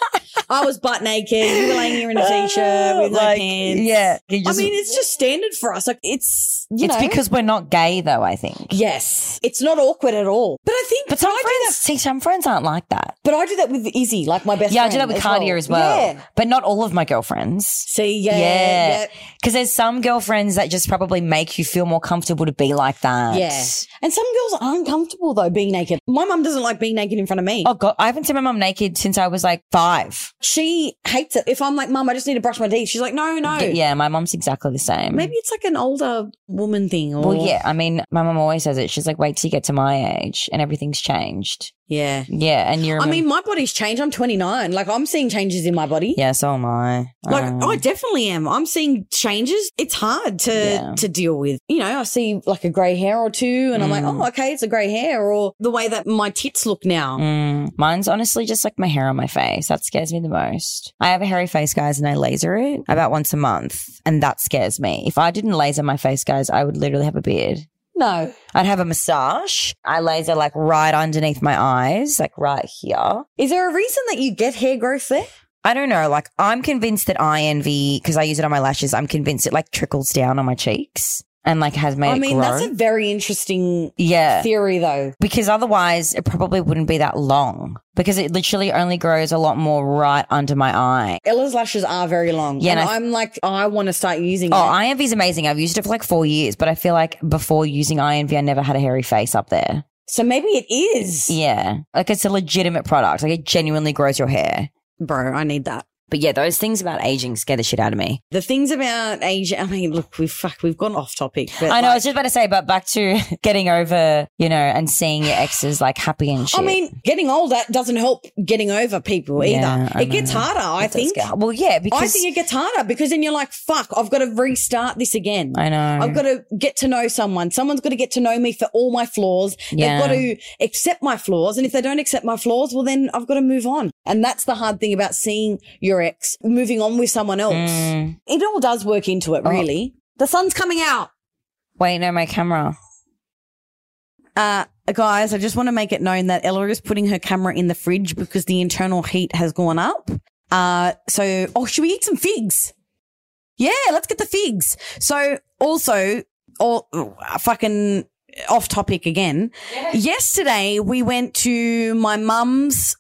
Speaker 3: I was butt naked. You were laying here in a t-shirt with
Speaker 1: Uh, Like,
Speaker 3: no pants.
Speaker 1: Yeah. you just-
Speaker 3: I mean, it's just standard for us. Like it's you
Speaker 1: it's
Speaker 3: know.
Speaker 1: because we're not gay, though, I think.
Speaker 3: yes, it's not awkward at all. But I think,
Speaker 1: But
Speaker 3: but,
Speaker 1: some
Speaker 3: I do
Speaker 1: friends,
Speaker 3: that.
Speaker 1: see, some friends aren't like that.
Speaker 3: But I do that with Izzy, like my best.
Speaker 1: Yeah, I do
Speaker 3: friend
Speaker 1: that with Cardia as well.
Speaker 3: Yeah.
Speaker 1: But not all of my girlfriends.
Speaker 3: See, yeah,
Speaker 1: Yeah.
Speaker 3: yeah,
Speaker 1: Because there's some girlfriends that just probably make you feel more comfortable to be like that.
Speaker 3: Yeah. And some girls aren't comfortable though being naked. My mum doesn't like being naked in front of me.
Speaker 1: Oh, God. I haven't seen my mum naked since I was like five.
Speaker 3: She hates it. If I'm like, mum, I just need to brush my teeth. She's like, no, no.
Speaker 1: Yeah, my mum's exactly the same.
Speaker 3: Oh. Maybe it's like an older woman thing. Or,
Speaker 1: Well, yeah. I mean, my mum always says it. She's like, wait till you get to my age and everything's changed.
Speaker 3: yeah.
Speaker 1: Yeah. And you're,
Speaker 3: I mean, my body's changed. I'm 29. Like I'm seeing changes in my body.
Speaker 1: yeah, so am I.
Speaker 3: Like
Speaker 1: Um,
Speaker 3: I definitely am. I'm seeing changes. It's hard to
Speaker 1: Yeah.
Speaker 3: to deal with. You know, I see like a grey hair or two, and I'm like,
Speaker 1: Mm.
Speaker 3: oh, okay, it's a grey hair, or the way that my tits look now.
Speaker 1: mm, mine's honestly just like my hair on my face. That scares me the most. I have a hairy face, guys, and I laser it about once a month. And that scares me. If I didn't laser my face, guys, I would literally have a beard.
Speaker 3: No,
Speaker 1: I'd have a moustache. I laser like right underneath my eyes, like right here.
Speaker 3: is there a reason that you get hair growth there?
Speaker 1: I don't know. Like, I'm convinced that I envy because I use it on my lashes. I'm convinced it like trickles down on my cheeks and like has made
Speaker 3: I mean,
Speaker 1: it grow.
Speaker 3: that's a very interesting
Speaker 1: yeah,
Speaker 3: theory, though.
Speaker 1: because otherwise it probably wouldn't be that long because it literally only grows a lot more right under my eye.
Speaker 3: Ella's lashes are very long.
Speaker 1: Yeah,
Speaker 3: and
Speaker 1: and I-
Speaker 3: I'm like, oh, I want to start using.
Speaker 1: Oh,
Speaker 3: that.
Speaker 1: INV is amazing. I've used it for like four years, but I feel like before using INV, I never had a hairy face up there.
Speaker 3: so maybe it is,
Speaker 1: Yeah, like it's a legitimate product. Like it genuinely grows your hair.
Speaker 3: bro. I need that.
Speaker 1: But yeah, those things about aging scare the shit out of me.
Speaker 3: The things about Asia. I mean, look, we fuck, we've gone off topic. But
Speaker 1: I know. I
Speaker 3: like-
Speaker 1: was just about to say, but back to getting over, you know, and seeing your exes like happy and shit.
Speaker 3: I mean, getting older doesn't help getting over people either.
Speaker 1: Yeah, I
Speaker 3: it gets
Speaker 1: know.
Speaker 3: harder, I
Speaker 1: It does
Speaker 3: think.
Speaker 1: get- Well, yeah, because
Speaker 3: I think it gets harder because then you're like, fuck, I've got to restart this again.
Speaker 1: I know.
Speaker 3: I've got to get to know someone. Someone's got to get to know me for all my flaws.
Speaker 1: Yeah.
Speaker 3: They've got to accept my flaws. And if they don't accept my flaws, well, then I've got to move on. And that's the hard thing about seeing your ex moving on with someone else.
Speaker 1: Mm.
Speaker 3: It all does work into it,
Speaker 1: Oh.
Speaker 3: really. The sun's coming out.
Speaker 1: Wait, no, my camera.
Speaker 3: Uh, guys, I just want to make it known that Ella is putting her camera in the fridge because the internal heat has gone up. Uh, so, oh, should we eat some figs? Yeah, let's get the figs. So, also, all uh, fucking off topic again. Yesterday, we went to my mum's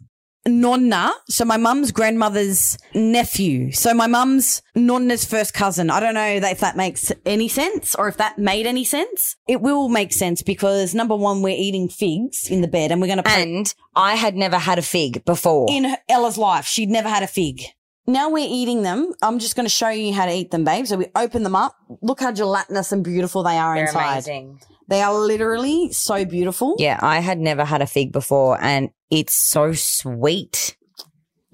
Speaker 3: nonna. So, my mum's grandmother's nephew. So, my mum's nonna's first cousin. I don't know that- if that makes any sense or if that made any sense. It will make sense because number one, we're eating figs in the bed and we're going to put
Speaker 1: And I had never had a fig before.
Speaker 3: in her- Ella's life. She'd never had a fig. Now we're eating them. I'm just going to show you how to eat them, babe. So we open them up. Look how gelatinous and beautiful they are
Speaker 1: They're
Speaker 3: inside.
Speaker 1: amazing.
Speaker 3: They are literally so beautiful.
Speaker 1: Yeah, I had never had a fig before, and it's so sweet.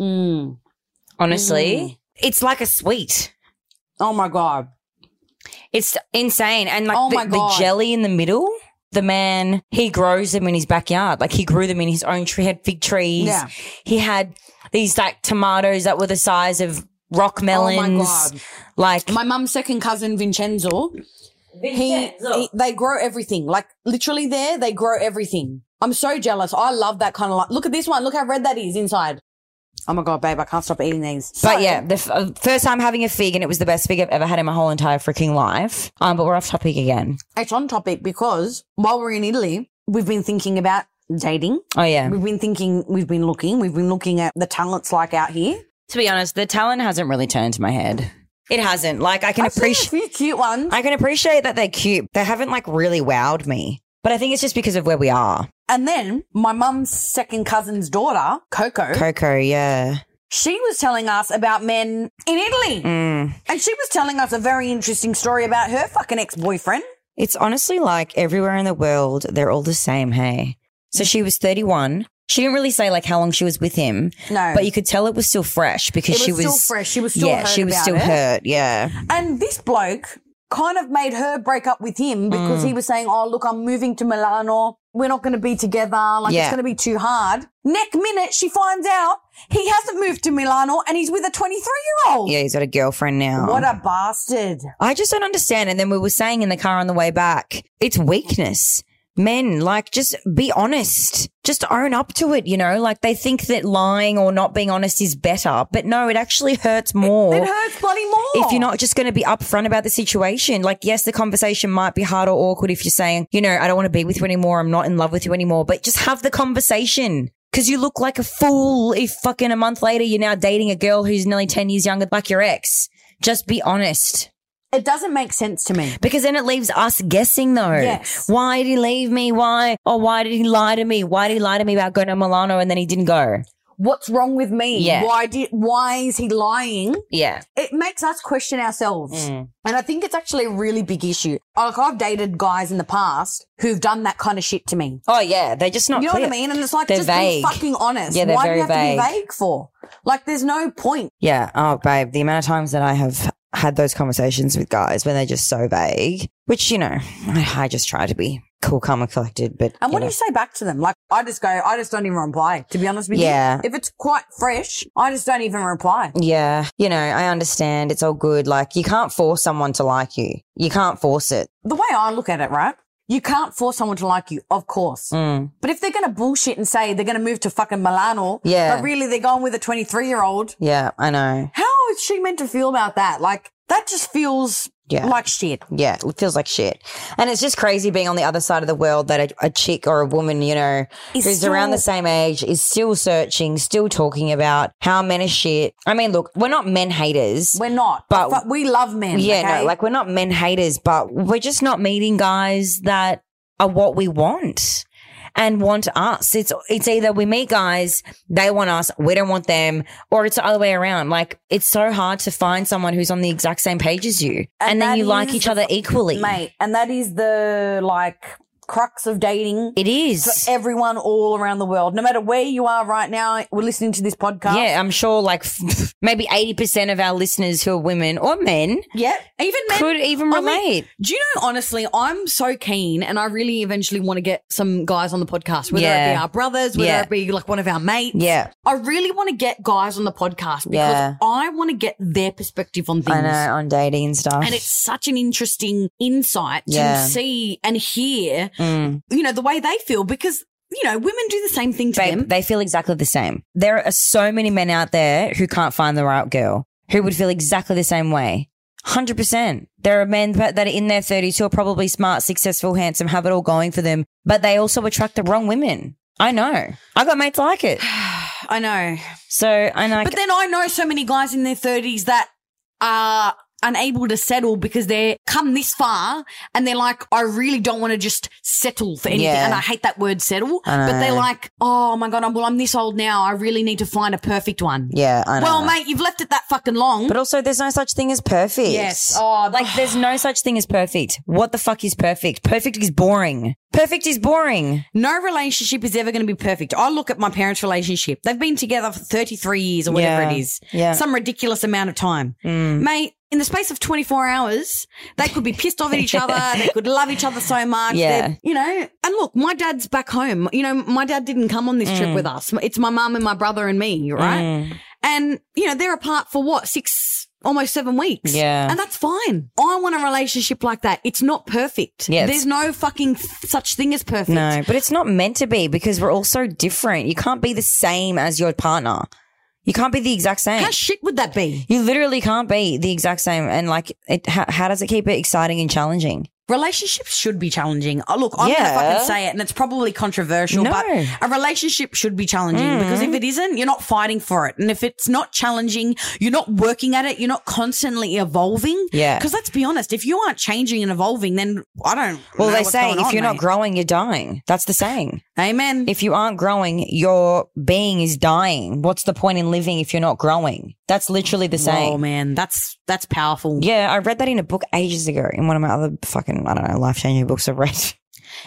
Speaker 3: Mm.
Speaker 1: Honestly, it's like a sweet.
Speaker 3: Oh my God.
Speaker 1: It's insane, and like
Speaker 3: Oh
Speaker 1: the,
Speaker 3: my
Speaker 1: the
Speaker 3: God.
Speaker 1: jelly in the middle. The man he grows them in his backyard. Like he grew them in his own tree. Had fig trees.
Speaker 3: Yeah.
Speaker 1: He had these like tomatoes that were the size of rock melons.
Speaker 3: Oh my God.
Speaker 1: Like
Speaker 3: My mum's second cousin, Vincenzo. He, he- they grow everything. Like literally there, they grow everything. I'm so jealous. I love that kind of like, look at this one. Look how red that is inside. Oh my God, babe. I can't stop eating these. So-
Speaker 1: But yeah, the f- uh, first time having a fig, and it was the best fig I've ever had in my whole entire freaking life. Um, but we're off topic again.
Speaker 3: it's on topic because while we're in Italy, we've been thinking about dating.
Speaker 1: Oh yeah.
Speaker 3: We've been thinking, we've been looking, we've been looking at the talents like out here.
Speaker 1: To be honest, the talent hasn't really turned my head. It hasn't. Like I can
Speaker 3: I've seen a
Speaker 1: appreciate,
Speaker 3: few cute ones.
Speaker 1: I can appreciate that they're cute. They haven't like really wowed me. But I think it's just because of where we are.
Speaker 3: and then my mum's second cousin's daughter, Coco,
Speaker 1: Coco, yeah.
Speaker 3: she was telling us about men in Italy.
Speaker 1: Mm.
Speaker 3: And she was telling us a very interesting story about her fucking ex boyfriend.
Speaker 1: It's honestly like everywhere in the world, they're all the same. Hey. So she was 31. She didn't really say like how long she was with him,
Speaker 3: No.
Speaker 1: but you could tell Oh. it was still fresh because
Speaker 3: it was
Speaker 1: she was
Speaker 3: still fresh. She was still
Speaker 1: yeah,
Speaker 3: hurt
Speaker 1: she was
Speaker 3: about
Speaker 1: still
Speaker 3: it.
Speaker 1: hurt. Yeah.
Speaker 3: And this bloke kind of made her break up with him because
Speaker 1: Mm.
Speaker 3: he was saying, Oh, look, I'm moving to Milano. We're not going to be together. Like,
Speaker 1: Yeah.
Speaker 3: it's going to be too hard. Next minute, she finds out he hasn't moved to Milano and he's with a 23 year old.
Speaker 1: Yeah, he's got a girlfriend now.
Speaker 3: What a bastard.
Speaker 1: I just don't understand. And then we were saying in the car on the way back, it's weakness. Men, like, just be honest. Just own up to it, you know? Like, they think that lying or not being honest is better. But no, it actually hurts more.
Speaker 3: It hurts bloody more.
Speaker 1: if you're not just going to be upfront about the situation, like, yes, the conversation might be hard or awkward if you're saying, you know, I don't want to be with you anymore. I'm not in love with you anymore, but just have the conversation. Cause you look like a fool if fucking a month later you're now dating a girl who's nearly 10 years younger, like your ex. Just be honest.
Speaker 3: It doesn't make sense to me.
Speaker 1: Because then it leaves us guessing though.
Speaker 3: Yes.
Speaker 1: Why did he leave me? Why? Or why did he lie to me? Why did he lie to me about going to Milano and then he didn't go?
Speaker 3: What's wrong with me?
Speaker 1: Yeah.
Speaker 3: Why did, why is he lying?
Speaker 1: Yeah.
Speaker 3: It makes us question ourselves.
Speaker 1: Mm.
Speaker 3: And I think it's actually a really big issue. Like I've dated guys in the past who've done that kind of shit to me.
Speaker 1: Oh yeah. They're just not
Speaker 3: You know
Speaker 1: clear.
Speaker 3: what I mean? And it's like,
Speaker 1: They're
Speaker 3: just
Speaker 1: vague.
Speaker 3: be fucking honest.
Speaker 1: Yeah, they're
Speaker 3: Why do
Speaker 1: very
Speaker 3: you have to
Speaker 1: vague.
Speaker 3: be vague for? Like, there's no point.
Speaker 1: Yeah. Oh, babe, the amount of times that I have had those conversations with guys when they're just so vague, which, you know, I, I just try to be cool, calm and collected, but.
Speaker 3: And
Speaker 1: you know.
Speaker 3: what do you say back to them? Like, I just go, I just don't even reply, to be honest with
Speaker 1: Yeah.
Speaker 3: you. If it's quite fresh, I just don't even reply.
Speaker 1: Yeah, you know, I understand. It's all good. Like, you can't force someone to like you. You can't force it.
Speaker 3: The way I look at it, right? You can't force someone to like you, of course.
Speaker 1: Mm.
Speaker 3: But if they're going to bullshit and say they're going to move to fucking Milano,
Speaker 1: Yeah.
Speaker 3: but really they're going with a 23 year old,
Speaker 1: Yeah, I know.
Speaker 3: how is she meant to feel about that? Like, that just feels
Speaker 1: Yeah.
Speaker 3: like shit.
Speaker 1: Yeah, it feels like shit. And it's just crazy being on the other side of the world that a, a chick or a woman, you know,
Speaker 3: Is
Speaker 1: who's around the
Speaker 3: still-
Speaker 1: same age is still searching, still talking about how men are shit. I mean, look, we're not men haters.
Speaker 3: We're not.
Speaker 1: But-
Speaker 3: But we love men.
Speaker 1: yeah,
Speaker 3: okay?
Speaker 1: no, like we're not men haters, but we're just not meeting guys that are what we want and want us. It's it's either we meet guys, they want us, we don't want them, or it's the other way around. Like it's so hard to find someone who's on the exact same page as you. And,
Speaker 3: And
Speaker 1: then
Speaker 3: that
Speaker 1: you like
Speaker 3: is
Speaker 1: each
Speaker 3: the
Speaker 1: other equally.
Speaker 3: mate. And that is the like
Speaker 4: crux of dating
Speaker 1: It
Speaker 4: for
Speaker 1: is.
Speaker 4: everyone all around the world. No matter where you are right now, we're listening to this podcast.
Speaker 1: Yeah, I'm sure like maybe 80% of our listeners who are women or men
Speaker 4: Yep.
Speaker 3: Even men
Speaker 1: could even
Speaker 3: I mean,
Speaker 1: relate.
Speaker 3: Do you know, honestly, I'm so keen and I really eventually want to get some guys on the podcast, whether it be
Speaker 1: Yeah.
Speaker 3: our brothers, whether
Speaker 1: Yeah.
Speaker 3: it be like one of our mates.
Speaker 1: yeah.
Speaker 3: I really want to get guys on the podcast because
Speaker 1: Yeah.
Speaker 3: I want to get their perspective on things.
Speaker 1: I know on dating and stuff.
Speaker 3: And it's such an interesting insight to
Speaker 1: Yeah.
Speaker 3: see and hear,
Speaker 1: Mm.
Speaker 3: you know, the way they feel because, you know, women do the same thing to
Speaker 1: Babe,
Speaker 3: them.
Speaker 1: they feel exactly the same. There are so many men out there who can't find the right girl who would feel exactly the same way. 100%. There are men that that are in their 30s who are probably smart, successful, handsome, have it all going for them, but they also attract the wrong women. I know. I got mates like it.
Speaker 4: I know.
Speaker 1: So I know.
Speaker 3: But then I know so many guys in their 30s that are unable to settle because they're come this far and they're like, I really don't want to just settle for anything.
Speaker 1: Yeah.
Speaker 3: And I hate that word settle,
Speaker 1: I
Speaker 3: but
Speaker 1: know.
Speaker 3: they're like, oh my God, I'm, well, I'm this old now. I really need to find a perfect one.
Speaker 1: yeah, I know.
Speaker 3: Well, mate, you've left it that fucking long.
Speaker 1: But also, there's no such thing as perfect.
Speaker 3: Yes. Oh,
Speaker 1: like there's no such thing as perfect. What the fuck is perfect? Perfect is boring. Perfect is boring.
Speaker 3: no relationship is ever going to be perfect. I look at my parents' relationship. They've been together for 33 years or whatever
Speaker 1: Yeah.
Speaker 3: it is.
Speaker 1: Yeah. Mm.
Speaker 3: Some ridiculous amount of time. Mate, in the space of 24 hours, they could be pissed off at each other. They could love each other so much.
Speaker 1: Yeah.
Speaker 3: They're- You know, and look, my dad's back home. You know, my dad didn't come on this
Speaker 1: Mm.
Speaker 3: trip with us. It's my mum and my brother and me, right? And, you know, they're apart for what, six, almost seven weeks.
Speaker 1: Yeah.
Speaker 3: And that's fine. I want a relationship like that. It's not perfect.
Speaker 1: Yeah, it's-
Speaker 3: There's no fucking such thing as perfect.
Speaker 1: No, but it's not meant to be because we're all so different. You can't be the same as your partner. You can't be the exact same.
Speaker 3: How shit would that be?
Speaker 1: you literally can't be the exact same. And like, it, how, how does it keep it exciting and challenging?
Speaker 3: Relationships should be challenging. Oh, look, I'm
Speaker 1: Yeah.
Speaker 3: going to fucking say it, and it's probably controversial,
Speaker 1: No. Mm-hmm.
Speaker 3: but a relationship should be challenging because if it isn't, you're not fighting for it. And if it's not challenging, you're not working at it, you're not constantly evolving.
Speaker 1: Yeah.
Speaker 3: Because let's be honest, if you aren't changing and evolving, then I don't.
Speaker 1: Well,
Speaker 3: know
Speaker 1: they
Speaker 3: what's
Speaker 1: say
Speaker 3: going
Speaker 1: if
Speaker 3: on,
Speaker 1: you're not
Speaker 3: mate.
Speaker 1: growing, you're dying. That's the saying.
Speaker 3: Amen.
Speaker 1: If you aren't growing, your being is dying. What's the point in living if you're not growing? That's literally the saying.
Speaker 3: Oh, man, that's that's powerful.
Speaker 1: Yeah, I read that in a book ages ago in one of my other fucking, I don't know, life changing books I've read.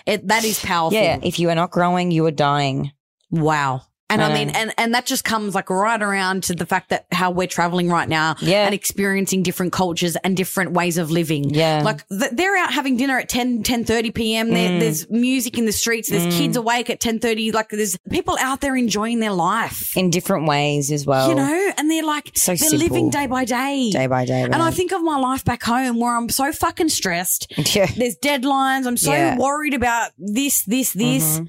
Speaker 3: It, that is powerful.
Speaker 1: Yeah, if you are not growing, you are dying.
Speaker 3: Wow. And I
Speaker 1: Yeah.
Speaker 3: mean, and, and that just comes like right around to the fact that how we're traveling right now
Speaker 1: Yeah.
Speaker 3: and experiencing different cultures and different ways of living.
Speaker 1: Yeah.
Speaker 3: Like th- they're out having dinner at 10, 10 p.m.
Speaker 1: Mm.
Speaker 3: There, there's music in the streets. There's kids awake at ten thirty. Like there's people out there enjoying their life,
Speaker 1: in different ways as well.
Speaker 3: you know, and they're like,
Speaker 1: So
Speaker 3: they're
Speaker 1: simple.
Speaker 3: living day by day.
Speaker 1: day by day.
Speaker 3: and I
Speaker 1: man.
Speaker 3: think of my life back home where I'm so fucking stressed.
Speaker 1: yeah,
Speaker 3: There's deadlines. I'm so
Speaker 1: Yeah.
Speaker 3: worried about this, this, this.
Speaker 1: Mm-hmm.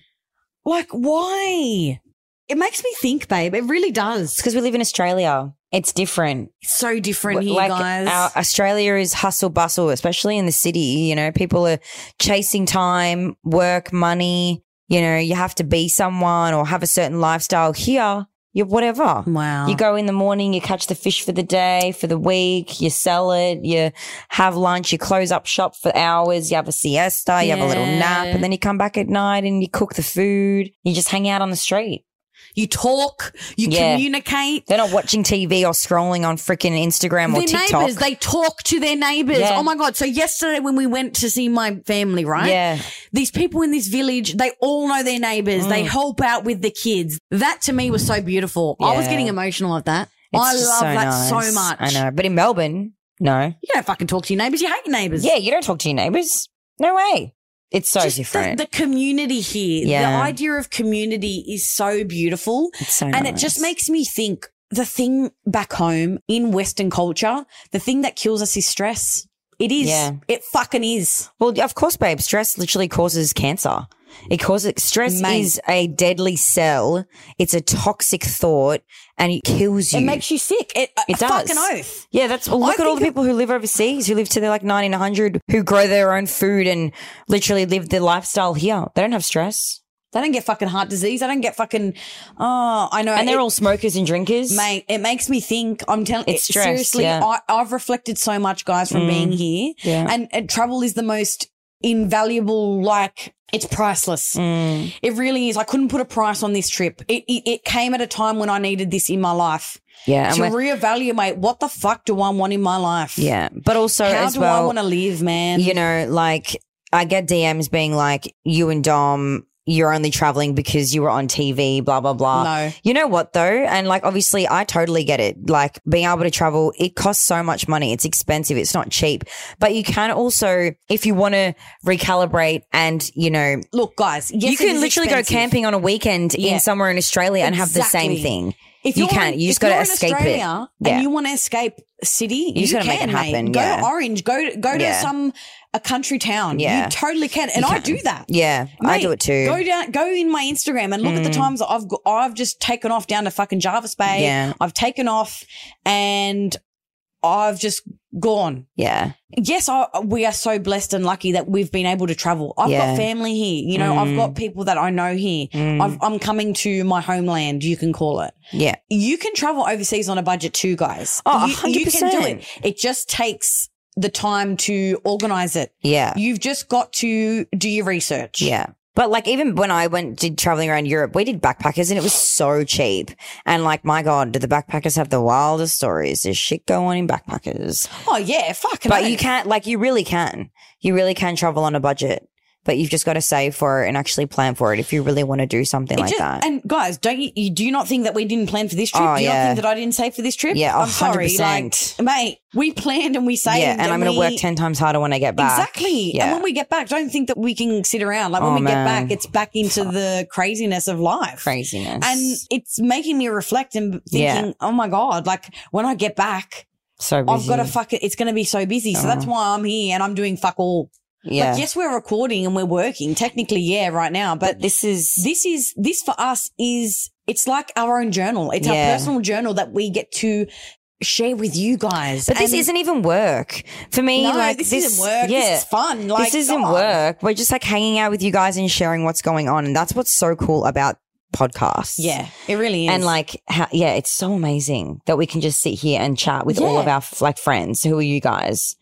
Speaker 3: Like, why? It makes me think, babe. It really
Speaker 1: it's
Speaker 3: does.
Speaker 1: because we live in Australia. It's different.
Speaker 3: It's so different here,
Speaker 1: like
Speaker 3: guys.
Speaker 1: Our, Australia is hustle bustle, especially in the city. You know, people are chasing time, work, money. You know, you have to be someone or have a certain lifestyle. Here, you're whatever.
Speaker 3: wow.
Speaker 1: You go in the morning, you catch the fish for the day, for the week, you sell it, you have lunch, you close up shop for hours, you have a siesta, you have a little
Speaker 3: Yeah.
Speaker 1: nap, and then you come back at night and you cook the food. You just hang out on the street.
Speaker 3: you talk. You
Speaker 1: Yeah.
Speaker 3: communicate.
Speaker 1: They're not watching TV or scrolling on freaking Instagram or
Speaker 3: their
Speaker 1: TikTok.
Speaker 3: neighbors, they talk to their neighbors.
Speaker 1: Yeah.
Speaker 3: Oh my God. So yesterday when we went to see my family, right?
Speaker 1: Yeah.
Speaker 3: These people in this village, they all know their neighbors.
Speaker 1: Mm.
Speaker 3: They help out with the kids. That to me was so beautiful. I was
Speaker 1: Yeah.
Speaker 3: getting emotional at that.
Speaker 1: It's
Speaker 3: I
Speaker 1: just
Speaker 3: love that so
Speaker 1: nice.
Speaker 3: much.
Speaker 1: I know. But in Melbourne, no.
Speaker 3: You don't fucking talk to your neighbors. You hate your neighbors.
Speaker 1: Yeah, you don't talk to your neighbors. No way. It's so
Speaker 3: Just
Speaker 1: different.
Speaker 3: The, the community here.
Speaker 1: Yeah.
Speaker 3: The idea of community is so beautiful.
Speaker 1: it's so
Speaker 3: And it just
Speaker 1: nice.
Speaker 3: makes me think the thing back home in Western culture, the thing that kills us is stress. It is.
Speaker 1: Yeah.
Speaker 3: It fucking is.
Speaker 1: Well, of course, babe. Stress literally causes cancer. It causes stress
Speaker 3: Mate.
Speaker 1: is a deadly cell. It's a toxic thought, and it kills you.
Speaker 3: It makes you sick. It,
Speaker 1: It
Speaker 3: it
Speaker 1: does.
Speaker 3: Fucking oath.
Speaker 1: yeah, that's well, look at all the
Speaker 3: think
Speaker 1: people who live overseas, who live to their like ninety and hundred, who grow their own food and literally live their lifestyle here. They don't have stress,
Speaker 3: They don't get fucking heart disease. They don't get fucking. Oh, I know.
Speaker 1: and they're
Speaker 3: It-
Speaker 1: all smokers and drinkers.
Speaker 3: Mate, it makes me think. I'm telling
Speaker 1: It's stress,
Speaker 3: seriously.
Speaker 1: yeah. Mm.
Speaker 3: I, I've reflected so much, guys, from being here,
Speaker 1: Yeah.
Speaker 3: and, and travel is the most invaluable. Like it's priceless.
Speaker 1: Mm.
Speaker 3: It really is. I couldn't put a price on this trip. It, it it came at a time when I needed this in my life
Speaker 1: yeah, and
Speaker 3: to
Speaker 1: we're-
Speaker 3: reevaluate what the fuck do I want in my life.
Speaker 1: yeah, but also
Speaker 3: How
Speaker 1: as
Speaker 3: do I
Speaker 1: well,
Speaker 3: want to live, man?
Speaker 1: you know, like I get DMs being like, you and Dom, you're only traveling because you were on TV, blah, blah, blah.
Speaker 3: no.
Speaker 1: You know what though? And like, obviously, I totally get it. Like, being able to travel, it costs so much money. It's expensive. It's not cheap. But you can also, if you want to recalibrate and, you know,
Speaker 3: Look, guys, yes,
Speaker 1: you
Speaker 3: it
Speaker 1: can
Speaker 3: is
Speaker 1: literally
Speaker 3: expensive.
Speaker 1: go camping on a weekend
Speaker 3: Yeah.
Speaker 1: in somewhere in Australia and have the same
Speaker 3: Exactly.
Speaker 1: thing.
Speaker 3: If
Speaker 1: you
Speaker 3: you're
Speaker 1: can.
Speaker 3: in-
Speaker 1: You
Speaker 3: if
Speaker 1: just gotta
Speaker 3: you're in
Speaker 1: escape it.
Speaker 3: Australia
Speaker 1: Yeah.
Speaker 3: And you want to escape city? You,
Speaker 1: just gotta
Speaker 3: can,
Speaker 1: make it
Speaker 3: mate.
Speaker 1: happen,
Speaker 3: Go
Speaker 1: yeah.
Speaker 3: to Orange. Go to, go to
Speaker 1: Yeah.
Speaker 3: some a country town.
Speaker 1: Yeah.
Speaker 3: You totally can, and I do that.
Speaker 1: Yeah. I
Speaker 3: Mate,
Speaker 1: do Mm. it too.
Speaker 3: Go down, go in my Instagram and look at the times that I've go, I've just taken off down to fucking Jarvis Bay.
Speaker 1: Yeah.
Speaker 3: I've taken off, and I've just gone.
Speaker 1: yeah.
Speaker 3: Yes, I, we are so blessed and lucky that we've been able to travel. I've
Speaker 1: Yeah. Mm.
Speaker 3: got family here. You know, I've got people that I know here. I've, I'm coming to my homeland. You can call it.
Speaker 1: Yeah.
Speaker 3: You can travel overseas on a budget too, guys.
Speaker 1: Oh,
Speaker 3: you, you can do
Speaker 1: 100%.
Speaker 3: it. It just takes the time to organize it.
Speaker 1: Yeah.
Speaker 3: You've just got to do your research.
Speaker 1: Yeah. But like even when I went to traveling around Europe, we did backpackers and it was so cheap. And like, my God, do the backpackers have the wildest stories? There's shit going on in backpackers.
Speaker 3: Oh yeah, fucking.
Speaker 1: But
Speaker 3: oath.
Speaker 1: you can't like you really can. You really can travel on a budget. But you've just got to save for it and actually plan for it if you really want to do something
Speaker 3: It
Speaker 1: like
Speaker 3: just-
Speaker 1: that.
Speaker 3: And guys, don't you, you do you not think that we didn't plan for this trip?
Speaker 1: Oh,
Speaker 3: do you
Speaker 1: yeah.
Speaker 3: not think that I didn't save for this trip?
Speaker 1: Yeah,
Speaker 3: I'm sorry, like
Speaker 1: 100%.
Speaker 3: mate, we planned and we saved.
Speaker 1: yeah, and I'm going to
Speaker 3: we-
Speaker 1: work 10 times harder when I get back.
Speaker 3: Exactly.
Speaker 1: Yeah.
Speaker 3: And when we get back, don't think that we can sit around. Like when
Speaker 1: Oh,
Speaker 3: we
Speaker 1: man.
Speaker 3: get back, it's back into the craziness of life.
Speaker 1: Craziness.
Speaker 3: And it's making me reflect and thinking,
Speaker 1: Yeah.
Speaker 3: oh my God, like when I get back,
Speaker 1: so busy.
Speaker 3: I've got to fuck it. It's going to be so busy. So
Speaker 1: Oh.
Speaker 3: that's why I'm here and I'm doing fuck all.
Speaker 1: yeah.
Speaker 3: Like, yes, we're recording and we're working. Technically, yeah, right now. But
Speaker 1: this is
Speaker 3: this is this for us is it's like our own journal. It's
Speaker 1: Yeah.
Speaker 3: our personal journal that we get to share with you guys.
Speaker 1: But this
Speaker 3: And-
Speaker 1: isn't even work. For me,
Speaker 3: no,
Speaker 1: like
Speaker 3: this, isn't work.
Speaker 1: Yeah.
Speaker 3: This is fun. Like
Speaker 1: this isn't
Speaker 3: God.
Speaker 1: work. We're just like hanging out with you guys and sharing what's going on. And that's what's so cool about podcasts.
Speaker 3: Yeah, it really is.
Speaker 1: And like, how, yeah, it's so amazing that we can just sit here and chat with all
Speaker 3: Yeah.
Speaker 1: of our f- like friends. Who are you guys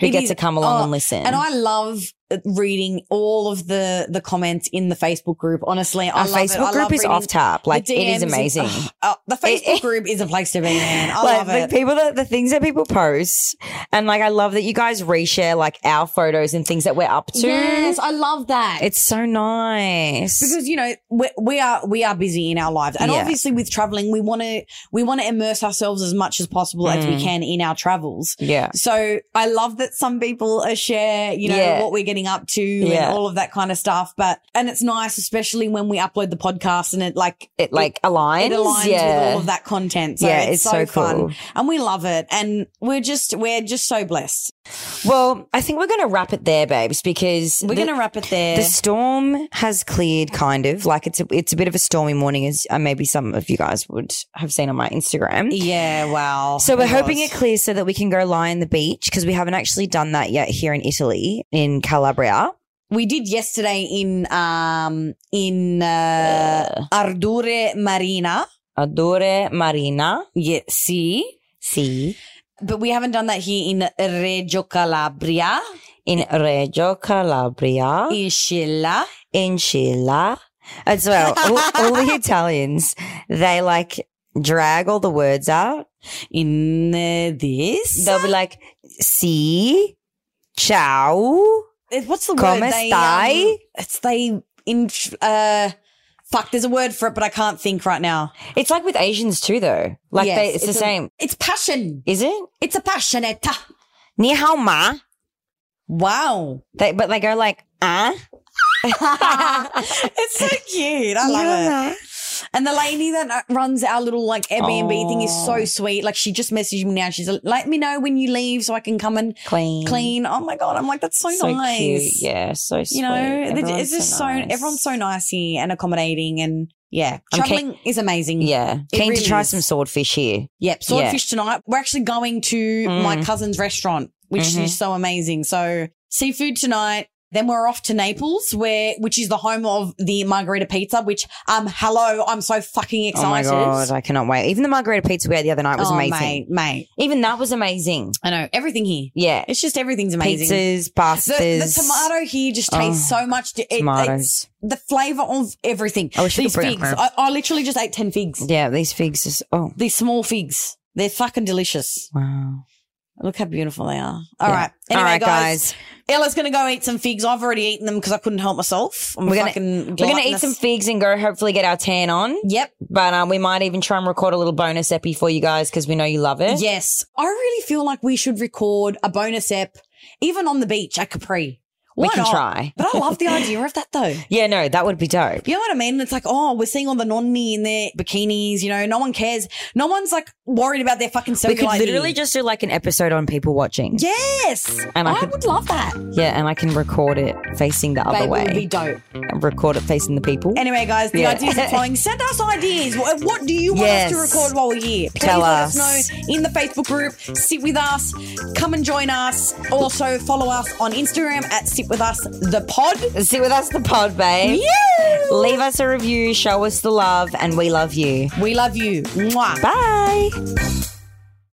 Speaker 1: who
Speaker 3: It
Speaker 1: get
Speaker 3: is-
Speaker 1: to come along
Speaker 3: oh,
Speaker 1: and listen?
Speaker 3: And I love uh, reading all of the the comments in the Facebook group. Honestly, I
Speaker 1: our
Speaker 3: love it. I
Speaker 1: Facebook
Speaker 3: love
Speaker 1: group is
Speaker 3: reading
Speaker 1: off tap.
Speaker 3: the
Speaker 1: Like, it
Speaker 3: DMs
Speaker 1: is
Speaker 3: and-
Speaker 1: amazing.
Speaker 3: Ugh, uh, the Facebook group is a place to be, man. I
Speaker 1: like
Speaker 3: love
Speaker 1: the
Speaker 3: it.
Speaker 1: people that the things that people post, and like I love that you guys reshare like our photos and things that we're up to.
Speaker 3: yes, I love that.
Speaker 1: It's so nice.
Speaker 3: because you know we, we are we are busy in our lives and
Speaker 1: Yeah.
Speaker 3: obviously with traveling we want to we want to immerse ourselves as much as possible as
Speaker 1: Mm.
Speaker 3: we can in our travels
Speaker 1: yeah,
Speaker 3: so i love that some people uh, share you know
Speaker 1: Yeah.
Speaker 3: what we're getting up to
Speaker 1: Yeah.
Speaker 3: and all of that kind of stuff but and it's nice especially when we upload the podcast and it like
Speaker 1: it like aligns.
Speaker 3: it aligns
Speaker 1: yeah.
Speaker 3: with all of that content so
Speaker 1: Yeah,
Speaker 3: it's,
Speaker 1: it's
Speaker 3: so,
Speaker 1: so cool.
Speaker 3: fun and we love it and we're just we're just so blessed
Speaker 1: Well, I think we're going to wrap it there, babes, because
Speaker 3: we're
Speaker 1: the-
Speaker 3: gonna wrap it there
Speaker 1: The storm has cleared, kind of. Like it's a, it's a bit of a stormy morning, as uh, maybe some of you guys would have seen on my Instagram.
Speaker 3: yeah wow
Speaker 1: So we're hoping
Speaker 3: was.
Speaker 1: it clears so that we can go lie on the beach because we haven't actually done that yet here in Italy in Calabria.
Speaker 3: we did yesterday in um in uh, Ardure Marina.
Speaker 1: Adore Marina,
Speaker 3: Yeah, see.
Speaker 1: si,
Speaker 3: But we haven't done that here in Reggio Calabria,
Speaker 1: in Reggio Calabria,
Speaker 3: in Scilla.
Speaker 1: in Chile, as well. all, all the Italians, they like drag all the words out.
Speaker 3: in uh, this.
Speaker 1: They'll be like, si, ciao.
Speaker 3: Uh, What's the
Speaker 1: Come
Speaker 3: word? They,
Speaker 1: stai?
Speaker 3: um, it's they in uh, fuck. There's a word for it, but I can't think right now.
Speaker 1: It's like with Asians too, though. Like
Speaker 3: Yes,
Speaker 1: they, it's,
Speaker 3: it's
Speaker 1: the
Speaker 3: a-
Speaker 1: same,
Speaker 3: It's passion.
Speaker 1: is it?
Speaker 3: It's a passionate.
Speaker 1: Ni hao ma.
Speaker 3: Wow,
Speaker 1: They, but they go like ah.
Speaker 3: it's so cute. I love it. And the lady that uh, runs our little like Airbnb thing is so sweet. Like she just messaged me now. She's like, "Let me know when you leave so I can come and
Speaker 1: Clean,
Speaker 3: clean." Oh my god, I'm like, that's so, nice.
Speaker 1: cute. Yeah, so sweet.
Speaker 3: You know, they-
Speaker 1: Everyone's
Speaker 3: it's just so,
Speaker 1: nice.
Speaker 3: everyone's so nice here and accommodating, and yeah,
Speaker 1: I'm keen-
Speaker 3: traveling is amazing.
Speaker 1: Yeah,
Speaker 3: It
Speaker 1: keen to
Speaker 3: really
Speaker 1: try
Speaker 3: is.
Speaker 1: some swordfish here.
Speaker 3: yep. Swordfish tonight. We're actually going to
Speaker 1: Mm.
Speaker 3: my cousin's restaurant, which
Speaker 1: Mhm.
Speaker 3: is so amazing. So seafood tonight. Then we're off to Naples, where which is the home of the margarita pizza. Which um, hello, I'm so fucking
Speaker 1: Oh my
Speaker 3: excited.
Speaker 1: god, I cannot wait. Even the margarita pizza we had the other night was
Speaker 3: oh,
Speaker 1: amazing.
Speaker 3: mate, mate.
Speaker 1: Even that was amazing.
Speaker 3: I know everything here.
Speaker 1: Yeah,
Speaker 3: It's just everything's amazing.
Speaker 1: pizzas,
Speaker 3: The,
Speaker 1: pastas,
Speaker 3: the tomato here just tastes
Speaker 1: Oh,
Speaker 3: so much. di- It,
Speaker 1: tomatoes.
Speaker 3: It's the flavor of everything.
Speaker 1: I wish we could
Speaker 3: These
Speaker 1: bring it
Speaker 3: figs.
Speaker 1: home.
Speaker 3: I, I literally just ate
Speaker 1: Mm.
Speaker 3: ten figs.
Speaker 1: Yeah, these figs. Is, oh
Speaker 3: These small figs. They're fucking delicious.
Speaker 1: wow,
Speaker 3: Look how beautiful they are. All right.
Speaker 1: Yeah.
Speaker 3: Anyway,
Speaker 1: All right,
Speaker 3: guys.
Speaker 1: guys.
Speaker 3: Ella's going to go eat some figs. I've already eaten them because I couldn't help myself. I'm
Speaker 1: We're gonna-
Speaker 3: fucking
Speaker 1: We're going to eat some
Speaker 3: gluttonous.
Speaker 1: figs and go hopefully get our tan on.
Speaker 3: Yep.
Speaker 1: But um, we might even try and record a little bonus epi for you guys because we know you love it.
Speaker 3: Yes. I really feel like we should record a bonus ep, even on the beach at Capri.
Speaker 1: we
Speaker 3: Why
Speaker 1: can
Speaker 3: not?
Speaker 1: try.
Speaker 3: But I love the idea of that though.
Speaker 1: Yeah, no, that would be dope.
Speaker 3: You know what I mean? It's like, oh, we're seeing all the nonni in their bikinis. You know, no one cares. No one's like worried about their fucking cellulite.
Speaker 1: we could literally
Speaker 3: here.
Speaker 1: just do like an episode on people watching. Yeah,
Speaker 3: yes.
Speaker 1: And I
Speaker 3: I
Speaker 1: could-
Speaker 3: would love that.
Speaker 1: and I can record it facing the other
Speaker 3: Babe, it
Speaker 1: way.
Speaker 3: would be dope.
Speaker 1: And record it facing the people.
Speaker 3: Anyway, guys, the
Speaker 1: Yeah.
Speaker 3: ideas are flowing. Send us ideas. What, what do you want us to
Speaker 1: Yes.
Speaker 3: record while we're here? Please
Speaker 1: Tell
Speaker 3: let
Speaker 1: us.
Speaker 3: know in the Facebook group. Sit with us. Come and join us. Also, follow us on Instagram at Sit with Us the Pod.
Speaker 1: Sit with us, the pod, babe.
Speaker 3: Yeah.
Speaker 1: Leave us a review, show us the love, and we love you.
Speaker 3: We love you. Mwah.
Speaker 1: Bye.